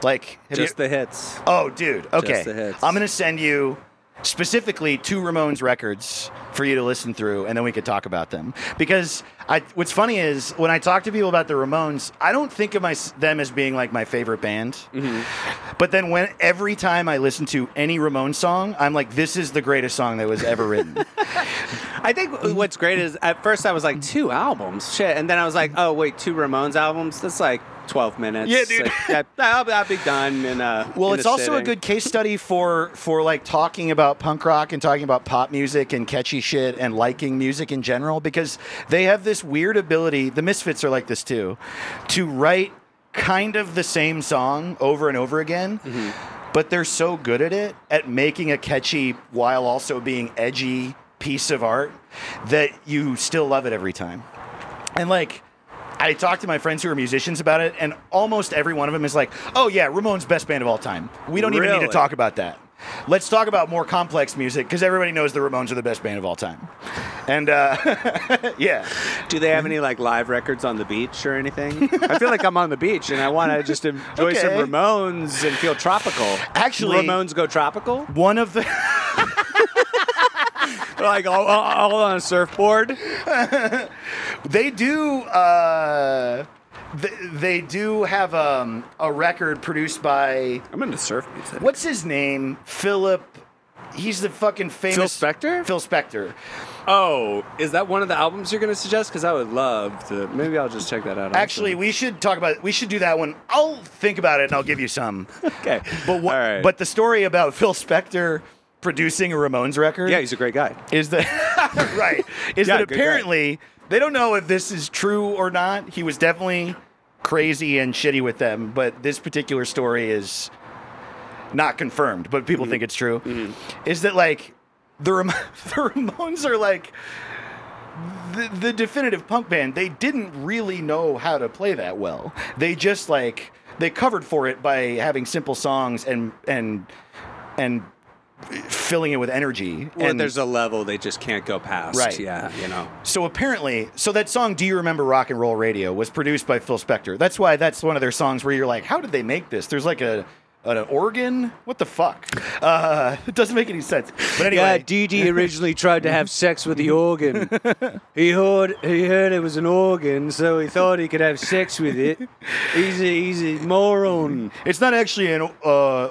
[SPEAKER 5] like have you-
[SPEAKER 3] Just the hits.
[SPEAKER 5] Oh, dude. Okay.
[SPEAKER 3] the hits.
[SPEAKER 5] I'm going to send you specifically two Ramones records for you to listen through, and then we could talk about them. Because I, what's funny is when I talk to people about the Ramones, I don't think of my, them as being like my favorite band.
[SPEAKER 3] Mm-hmm.
[SPEAKER 5] But then when every time I listen to any Ramones song, I'm like, this is the greatest song that was ever written.
[SPEAKER 3] I think what's great is at first I was like two albums, shit, and then I was like, oh wait, two Ramones albums. That's like twelve minutes.
[SPEAKER 5] Yeah, dude.
[SPEAKER 3] Like, that- I'll, I'll be done in a.
[SPEAKER 5] Well,
[SPEAKER 3] in
[SPEAKER 5] it's also a
[SPEAKER 3] sitting.
[SPEAKER 5] good case study for for like talking about punk rock and talking about pop music and catchy shit and liking music in general because they have this weird ability. The Misfits are like this too, to write kind of the same song over and over again. But they're so good at it at making a catchy while also being edgy piece of art that you still love it every time. And like, I talked to my friends who are musicians about it, and almost every one of them is like, "Oh yeah, Ramones best band of all time. We don't even need to
[SPEAKER 3] Really?
[SPEAKER 5] talk about that. Let's talk about more complex music because everybody knows the Ramones are the best band of all time." And uh, yeah,
[SPEAKER 3] Do they have any like live records on the beach or anything? I feel like I'm on the beach and I want to just enjoy some
[SPEAKER 5] Okay.
[SPEAKER 3] Ramones and feel tropical.
[SPEAKER 5] Actually-
[SPEAKER 3] Ramones go tropical.
[SPEAKER 5] one of the
[SPEAKER 3] Like oh, all, all all on a surfboard.
[SPEAKER 5] they do. Uh, th- they do have um, a record produced by
[SPEAKER 3] I'm into surf music.
[SPEAKER 5] what's his name, Philip. He's the fucking famous
[SPEAKER 3] Spector?
[SPEAKER 5] Phil Spector.
[SPEAKER 3] Oh, is that one of the albums you're going to suggest? Because I would love to. Maybe I'll just check that out.
[SPEAKER 5] Actually, we should talk about. We should do that one. I'll think about it and I'll give you some.
[SPEAKER 3] okay.
[SPEAKER 5] But what,
[SPEAKER 3] All right.
[SPEAKER 5] but the story about Phil Spector producing a Ramones record
[SPEAKER 3] yeah, he's a great guy.
[SPEAKER 5] is that right? Is
[SPEAKER 3] Yeah,
[SPEAKER 5] that
[SPEAKER 3] good guy.
[SPEAKER 5] apparently they don't know if this is true or not. He was definitely crazy and shitty with them, but this particular story is not confirmed, but
[SPEAKER 3] Mm-hmm.
[SPEAKER 5] people think it's true, is that like the Ram- the Ramones are like the, the definitive punk band. They didn't really know how to play that well. They just like they covered for it by having simple songs and and and filling it with energy.
[SPEAKER 3] Or
[SPEAKER 5] and
[SPEAKER 3] there's a level they just can't go past.
[SPEAKER 5] Right.
[SPEAKER 3] Yeah. You know.
[SPEAKER 5] so apparently, so that song "Do You Remember Rock and Roll Radio" was produced by Phil Spector. That's why that's one of their songs where you're like, "How did they make this?" There's like a an organ. What the fuck? Uh, it doesn't make any sense. But anyway,
[SPEAKER 3] Yeah, Dee Dee originally tried to have sex with the organ. He heard he heard it was an organ, so he thought he could have sex with it. He's a, he's a moron.
[SPEAKER 5] it's not actually an. Uh,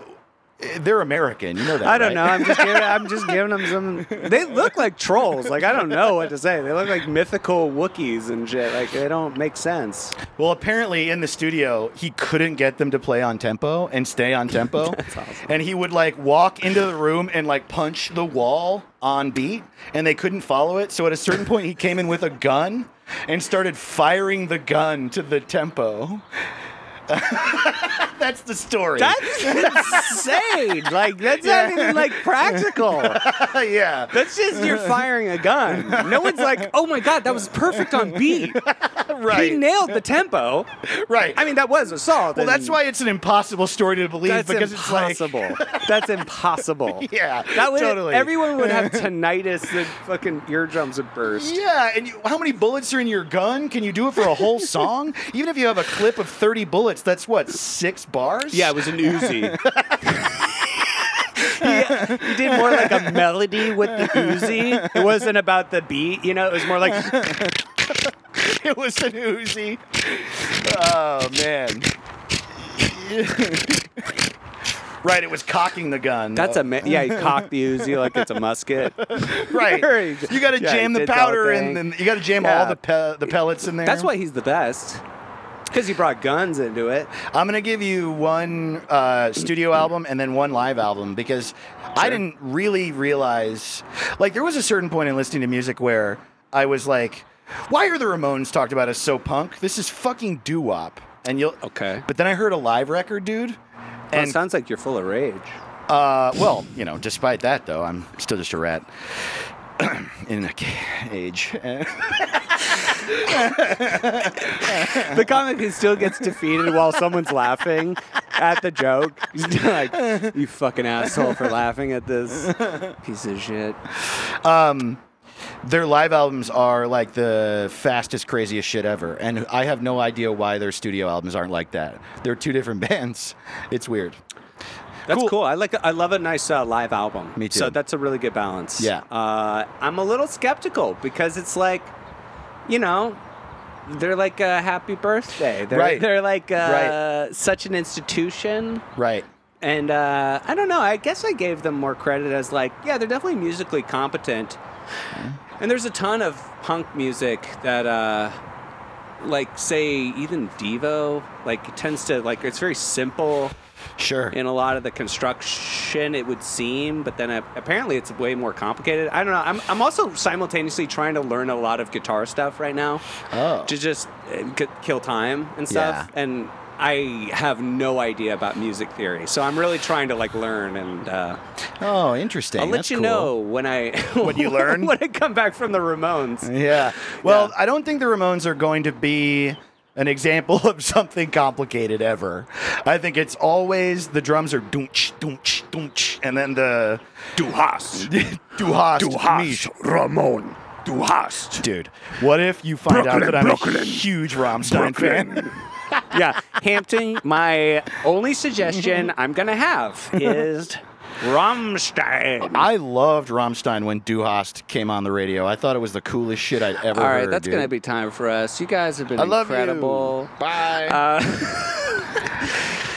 [SPEAKER 5] they're American. You know that.
[SPEAKER 3] I
[SPEAKER 5] right?
[SPEAKER 3] don't know. I'm just giving, I'm just giving them some. They look like trolls. Like I don't know what to say. They look like mythical Wookiees and shit. Like they don't make sense.
[SPEAKER 5] Well, apparently in the studio, he couldn't get them to play on tempo and stay on tempo. And he would like walk into the room and like punch the wall on beat, and they couldn't follow it. So at a certain point, he came in with a gun and started firing the gun to the tempo. That's the story.
[SPEAKER 3] That's insane. Like that's not even like practical.
[SPEAKER 5] yeah.
[SPEAKER 3] That's just you're firing a gun. No one's like, oh my god, that was perfect on beat.
[SPEAKER 5] Right.
[SPEAKER 3] He nailed the tempo.
[SPEAKER 5] right.
[SPEAKER 3] I mean, that was assault.
[SPEAKER 5] well, that's
[SPEAKER 3] and
[SPEAKER 5] why it's an impossible story to believe
[SPEAKER 3] That's
[SPEAKER 5] because it's like.
[SPEAKER 3] impossible. that's impossible.
[SPEAKER 5] Yeah,
[SPEAKER 3] That would
[SPEAKER 5] totally.
[SPEAKER 3] everyone would have tinnitus. The fucking eardrums would burst.
[SPEAKER 5] Yeah, and you, how many bullets are in your gun? Can you do it for a whole song? Even if you have a clip of 30 bullets, that's what, six bars?
[SPEAKER 3] Yeah, it was an Uzi. He, he did more like a melody with the Uzi. It wasn't about the beat, you know. It was more like
[SPEAKER 5] it was an Uzi. Oh, man. right, it was cocking the gun.
[SPEAKER 3] that's a ma- yeah. He cocked the Uzi like it's a musket.
[SPEAKER 5] Right. You got to
[SPEAKER 3] Yeah, he
[SPEAKER 5] jam the
[SPEAKER 3] did the
[SPEAKER 5] powder
[SPEAKER 3] whole
[SPEAKER 5] and
[SPEAKER 3] thing.
[SPEAKER 5] then you got to jam
[SPEAKER 3] Yeah.
[SPEAKER 5] all the pe- the pellets in there.
[SPEAKER 3] That's why he's the best. Because he brought guns into it.
[SPEAKER 5] I'm gonna give you one uh, studio album and then one live album because I didn't really realize. Like, there was a certain point in listening to music where I was like, "Why are the Ramones talked about as so punk? This is fucking doo wop." And you'll
[SPEAKER 3] Okay.
[SPEAKER 5] But then I heard a live record, dude.
[SPEAKER 3] And
[SPEAKER 5] And
[SPEAKER 3] sounds like you're full of rage.
[SPEAKER 5] uh, well, you know, despite that though, I'm still just a rat in a cage.
[SPEAKER 3] The comic who still gets defeated while someone's laughing at the joke. He's like, you fucking asshole for laughing at this piece of shit.
[SPEAKER 5] Their live albums are like the fastest, craziest shit ever, and I have no idea why their studio albums aren't like that. They're two different bands. It's weird.
[SPEAKER 3] That's
[SPEAKER 5] Cool.
[SPEAKER 3] cool. I like. I love a nice uh, live album.
[SPEAKER 5] Me too.
[SPEAKER 3] So that's a really good balance.
[SPEAKER 5] Yeah.
[SPEAKER 3] Uh, I'm a little skeptical because it's like, you know, they're like a happy birthday. They're,
[SPEAKER 5] Right.
[SPEAKER 3] They're like uh, such an institution.
[SPEAKER 5] Right.
[SPEAKER 3] And uh, I don't know. I guess I gave them more credit as like, yeah, they're definitely musically competent. And there's a ton of punk music that, uh, like, say even Devo, like, it tends to like it's very simple
[SPEAKER 5] Sure.
[SPEAKER 3] in a lot of the construction. It would seem, but then uh, apparently it's way more complicated. I don't know. I'm I'm also simultaneously trying to learn a lot of guitar stuff right now
[SPEAKER 5] Oh.
[SPEAKER 3] to just uh, k- kill time and stuff.
[SPEAKER 5] Yeah.
[SPEAKER 3] And I have no idea about music theory, so I'm really trying to like learn. And uh,
[SPEAKER 5] Oh, interesting.
[SPEAKER 3] I'll let
[SPEAKER 5] That's
[SPEAKER 3] you
[SPEAKER 5] cool.
[SPEAKER 3] know when I
[SPEAKER 5] When you learn?
[SPEAKER 3] when I come back from the Ramones.
[SPEAKER 5] Yeah. Well, I don't think the Ramones are going to be an example of something complicated ever. I think it's always the drums are doonch, doonch, doonch, and then the
[SPEAKER 7] Du hast,
[SPEAKER 5] du hast,
[SPEAKER 7] du hast, Ramon, du hast.
[SPEAKER 5] Dude, what if you find out
[SPEAKER 7] Brooklyn,
[SPEAKER 5] that I'm a
[SPEAKER 7] Brooklyn.
[SPEAKER 5] huge Rammstein fan?
[SPEAKER 3] yeah, Hampton. My only suggestion I'm gonna have is Rammstein.
[SPEAKER 5] I loved Rammstein when Du Hast came on the radio. I thought it was the coolest shit I'd ever
[SPEAKER 3] All
[SPEAKER 5] heard.
[SPEAKER 3] right, that's
[SPEAKER 5] dude.
[SPEAKER 3] gonna be time for us. You guys have been
[SPEAKER 5] I love
[SPEAKER 3] incredible. Uh,
[SPEAKER 5] you. Uh, Bye.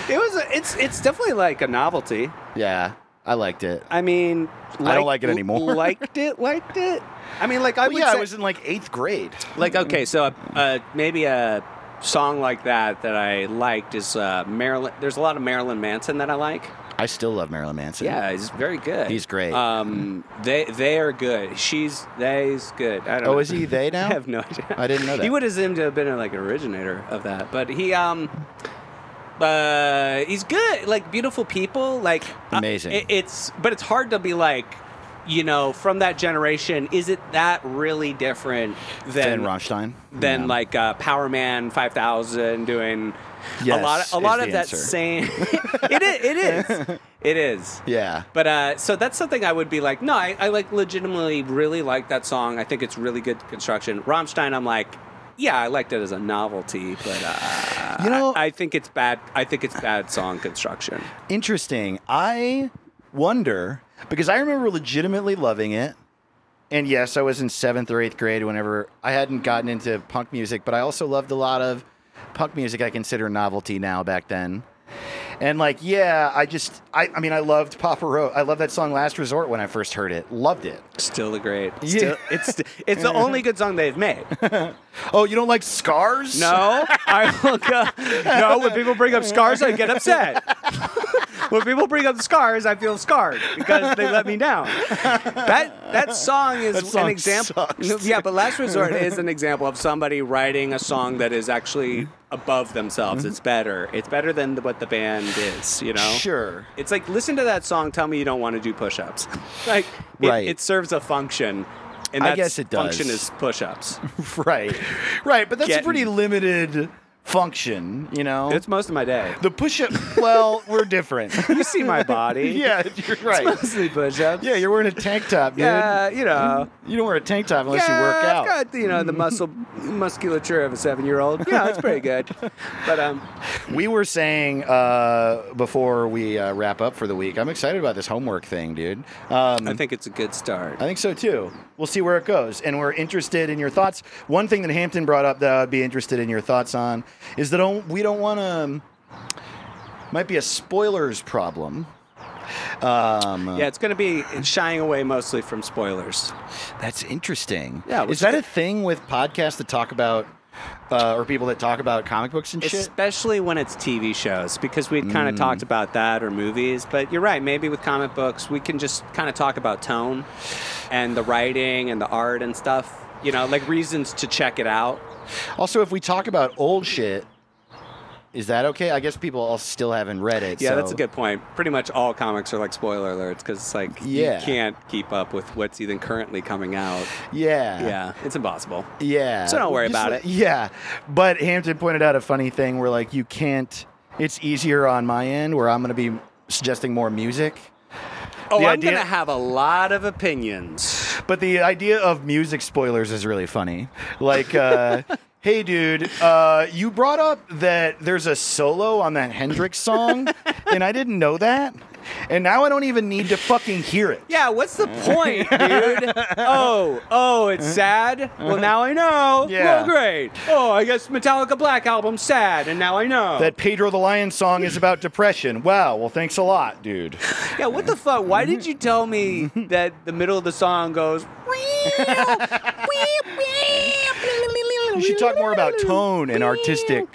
[SPEAKER 3] It was. A, it's. It's definitely like a novelty.
[SPEAKER 5] yeah, I liked it.
[SPEAKER 3] I mean,
[SPEAKER 5] I don't like it anymore.
[SPEAKER 3] liked it, liked it. I mean, like I
[SPEAKER 5] Well,
[SPEAKER 3] would
[SPEAKER 5] yeah,
[SPEAKER 3] say,
[SPEAKER 5] I was in like eighth grade.
[SPEAKER 3] like okay, so uh, uh, maybe a song like that that I liked is uh, Marilyn. There's a lot of Marilyn Manson that I like.
[SPEAKER 5] I still love Marilyn Manson.
[SPEAKER 3] Yeah, he's very good.
[SPEAKER 5] He's great.
[SPEAKER 3] Um, they they are good. She's they's good. I don't.
[SPEAKER 5] Oh,
[SPEAKER 3] know.
[SPEAKER 5] is he they now?
[SPEAKER 3] I have no idea.
[SPEAKER 5] I didn't know that.
[SPEAKER 3] He would have seemed to have been like an originator of that, but he um. uh, he's good. Like beautiful people. Like uh,
[SPEAKER 5] Amazing.
[SPEAKER 3] it- it's but it's hard to be like, you know, from that generation. Is it that really different
[SPEAKER 8] Ben
[SPEAKER 3] than
[SPEAKER 8] Ronstein.
[SPEAKER 3] than like uh, Power Man Five Thousand doing
[SPEAKER 8] Yes,
[SPEAKER 3] a lot of,
[SPEAKER 8] is
[SPEAKER 3] a lot
[SPEAKER 8] the
[SPEAKER 3] of that
[SPEAKER 8] answer.
[SPEAKER 3] same. it is. It is. It is.
[SPEAKER 8] Yeah.
[SPEAKER 3] But uh, so that's something I would be like, no, I, I like legitimately really like that song. I think it's really good construction. Rammstein, I'm like, yeah, I liked it as a novelty, but uh,
[SPEAKER 8] You know-
[SPEAKER 3] I, I think it's bad. I think it's bad song construction.
[SPEAKER 8] Interesting.
[SPEAKER 5] I wonder because I remember legitimately loving it. And yes, I was in seventh or eighth grade whenever I hadn't gotten into punk music, but I also loved a lot of punk music I consider novelty now back then. And like, yeah, I just, I, I mean, I loved Papa Roach. I loved that song Last Resort when I first heard it. Loved it.
[SPEAKER 3] Still a great.
[SPEAKER 5] Yeah.
[SPEAKER 3] Still, it's it's the only good song they've made.
[SPEAKER 5] Oh, you don't like Scars?
[SPEAKER 3] No, I will go. No, when people bring up scars, I get upset. when people bring up scars, I feel scarred because they let me down. That that song is
[SPEAKER 5] song
[SPEAKER 3] an example.
[SPEAKER 5] sucks,
[SPEAKER 3] No, yeah, but Last Resort is an example of somebody writing a song that is actually above themselves.
[SPEAKER 5] Mm-hmm.
[SPEAKER 3] It's better. It's better than the, what the band is. You know.
[SPEAKER 5] Sure.
[SPEAKER 3] It's like listen to that song. Tell me you don't want to do push-ups. Like it,
[SPEAKER 5] Right.
[SPEAKER 3] it serves a function. And
[SPEAKER 5] I
[SPEAKER 3] that
[SPEAKER 5] guess it does.
[SPEAKER 3] function is push-ups.
[SPEAKER 5] Right. Right. But that's a
[SPEAKER 3] Getting-
[SPEAKER 5] pretty limited function, you know?
[SPEAKER 3] It's most of my day.
[SPEAKER 5] the push up, well, we're different.
[SPEAKER 3] You see my body.
[SPEAKER 5] yeah, you're right.
[SPEAKER 3] mostly push-ups.
[SPEAKER 5] Yeah, you're wearing a tank top, dude.
[SPEAKER 3] Yeah, you know.
[SPEAKER 5] You don't wear a tank top unless
[SPEAKER 3] yeah,
[SPEAKER 5] you work out. Mm-hmm.
[SPEAKER 3] I've got you know the muscle musculature of a seven-year-old. Yeah, it's pretty good. But um,
[SPEAKER 5] We were saying uh, before we uh, wrap up for the week, I'm excited about this homework thing, dude. Um,
[SPEAKER 3] I think it's a good start.
[SPEAKER 5] I think so too. We'll see where it goes. And we're interested in your thoughts. One thing that Hampton brought up that I'd be interested in your thoughts on is that don't, we don't want to. Might be a spoilers problem. Um,
[SPEAKER 3] Yeah, it's going to be shying away mostly from spoilers.
[SPEAKER 5] That's interesting.
[SPEAKER 3] Yeah,
[SPEAKER 5] Is
[SPEAKER 3] which-
[SPEAKER 5] that a thing with podcasts that talk about, uh, or people that talk about comic books and shit? Mm.
[SPEAKER 3] Especially when it's TV shows, because we'd kind of talked about that or movies. But you're right, maybe with comic books, we can just kind of talk about tone and the writing and the art and stuff, you know, like reasons to check it out.
[SPEAKER 5] Also, if we talk about old shit, is that okay? I guess people all still haven't read it.
[SPEAKER 3] Yeah, that's
[SPEAKER 5] so-
[SPEAKER 3] a good point. Pretty much all comics are like spoiler alerts because it's like
[SPEAKER 5] Yeah.
[SPEAKER 3] you can't keep up with what's even currently coming out.
[SPEAKER 5] Yeah.
[SPEAKER 3] Yeah, it's impossible.
[SPEAKER 5] Yeah.
[SPEAKER 3] So don't worry
[SPEAKER 5] Just
[SPEAKER 3] about
[SPEAKER 5] let-
[SPEAKER 3] it.
[SPEAKER 5] Yeah. But Hampton pointed out a funny thing where, like, you can't, it's easier on my end where I'm going to be suggesting more music.
[SPEAKER 3] Oh,
[SPEAKER 5] The
[SPEAKER 3] I'm
[SPEAKER 5] idea-
[SPEAKER 3] gonna have a lot of opinions.
[SPEAKER 5] But the idea of music spoilers is really funny. Like, uh, hey, dude, uh, you brought up that there's a solo on that Hendrix song, and I didn't know that. And now I don't even need to fucking hear it.
[SPEAKER 3] Yeah, what's the point, dude? Oh, oh, it's sad. Well, now I know.
[SPEAKER 5] Yeah.
[SPEAKER 3] Well, great. Oh, I guess Metallica Black album sad, and now I know.
[SPEAKER 5] That Pedro the Lion song is about depression. Wow. Well, thanks a lot, dude.
[SPEAKER 3] yeah, what the fuck? Why did you tell me that the middle of the song goes?
[SPEAKER 5] You should talk more about tone and artisticness.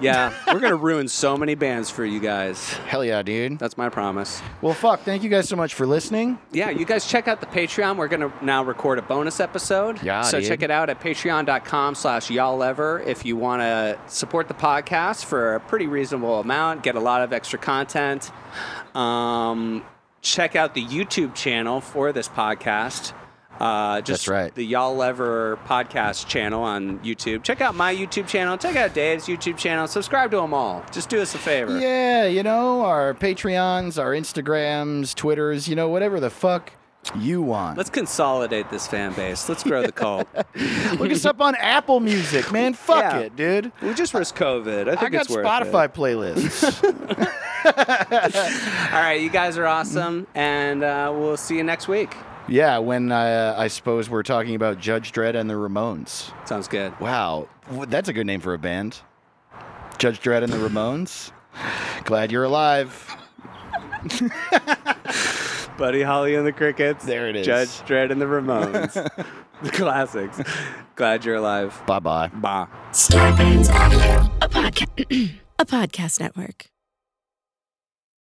[SPEAKER 3] Yeah, we're gonna ruin so many bands for you guys.
[SPEAKER 5] Hell yeah, dude.
[SPEAKER 3] That's my promise.
[SPEAKER 5] Well, fuck. Thank you guys so much for listening.
[SPEAKER 3] Yeah, you guys check out the Patreon. We're gonna now record a bonus episode.
[SPEAKER 5] Yeah,
[SPEAKER 3] So
[SPEAKER 5] dude.
[SPEAKER 3] check it out at patreon.com slash y'all ever if you wanna support the podcast for a pretty reasonable amount, get a lot of extra content. Um, check out the YouTube channel for this podcast. Uh, just
[SPEAKER 5] That's right.
[SPEAKER 3] the Y'all Ever podcast channel on YouTube. Check out my YouTube channel. Check out Dave's YouTube channel. Subscribe to them all. Just do us a favor.
[SPEAKER 5] Yeah, you know, our Patreons, our Instagrams, Twitters, you know, whatever the fuck you want.
[SPEAKER 3] Let's consolidate this fan base. Let's grow the cult.
[SPEAKER 5] Look us up on Apple Music, man. Fuck
[SPEAKER 3] Yeah.
[SPEAKER 5] it, dude.
[SPEAKER 3] We just risk COVID. I think
[SPEAKER 5] I, got
[SPEAKER 3] it's worth
[SPEAKER 5] Spotify
[SPEAKER 3] it.
[SPEAKER 5] playlists.
[SPEAKER 3] All right, you guys are awesome, and uh, we'll see you next week.
[SPEAKER 5] yeah, when uh, I suppose we're talking about Judge Dredd and the Ramones.
[SPEAKER 3] Sounds good.
[SPEAKER 5] Wow, w- that's a good name for a band. Judge Dredd and the Ramones. Glad you're alive.
[SPEAKER 3] Buddy Holly and the Crickets.
[SPEAKER 5] There it is.
[SPEAKER 3] Judge Dredd and the Ramones. the classics. Glad you're alive.
[SPEAKER 5] Bye bye.
[SPEAKER 3] Bye.
[SPEAKER 4] Star Bands Audio, a podcast, a podcast network.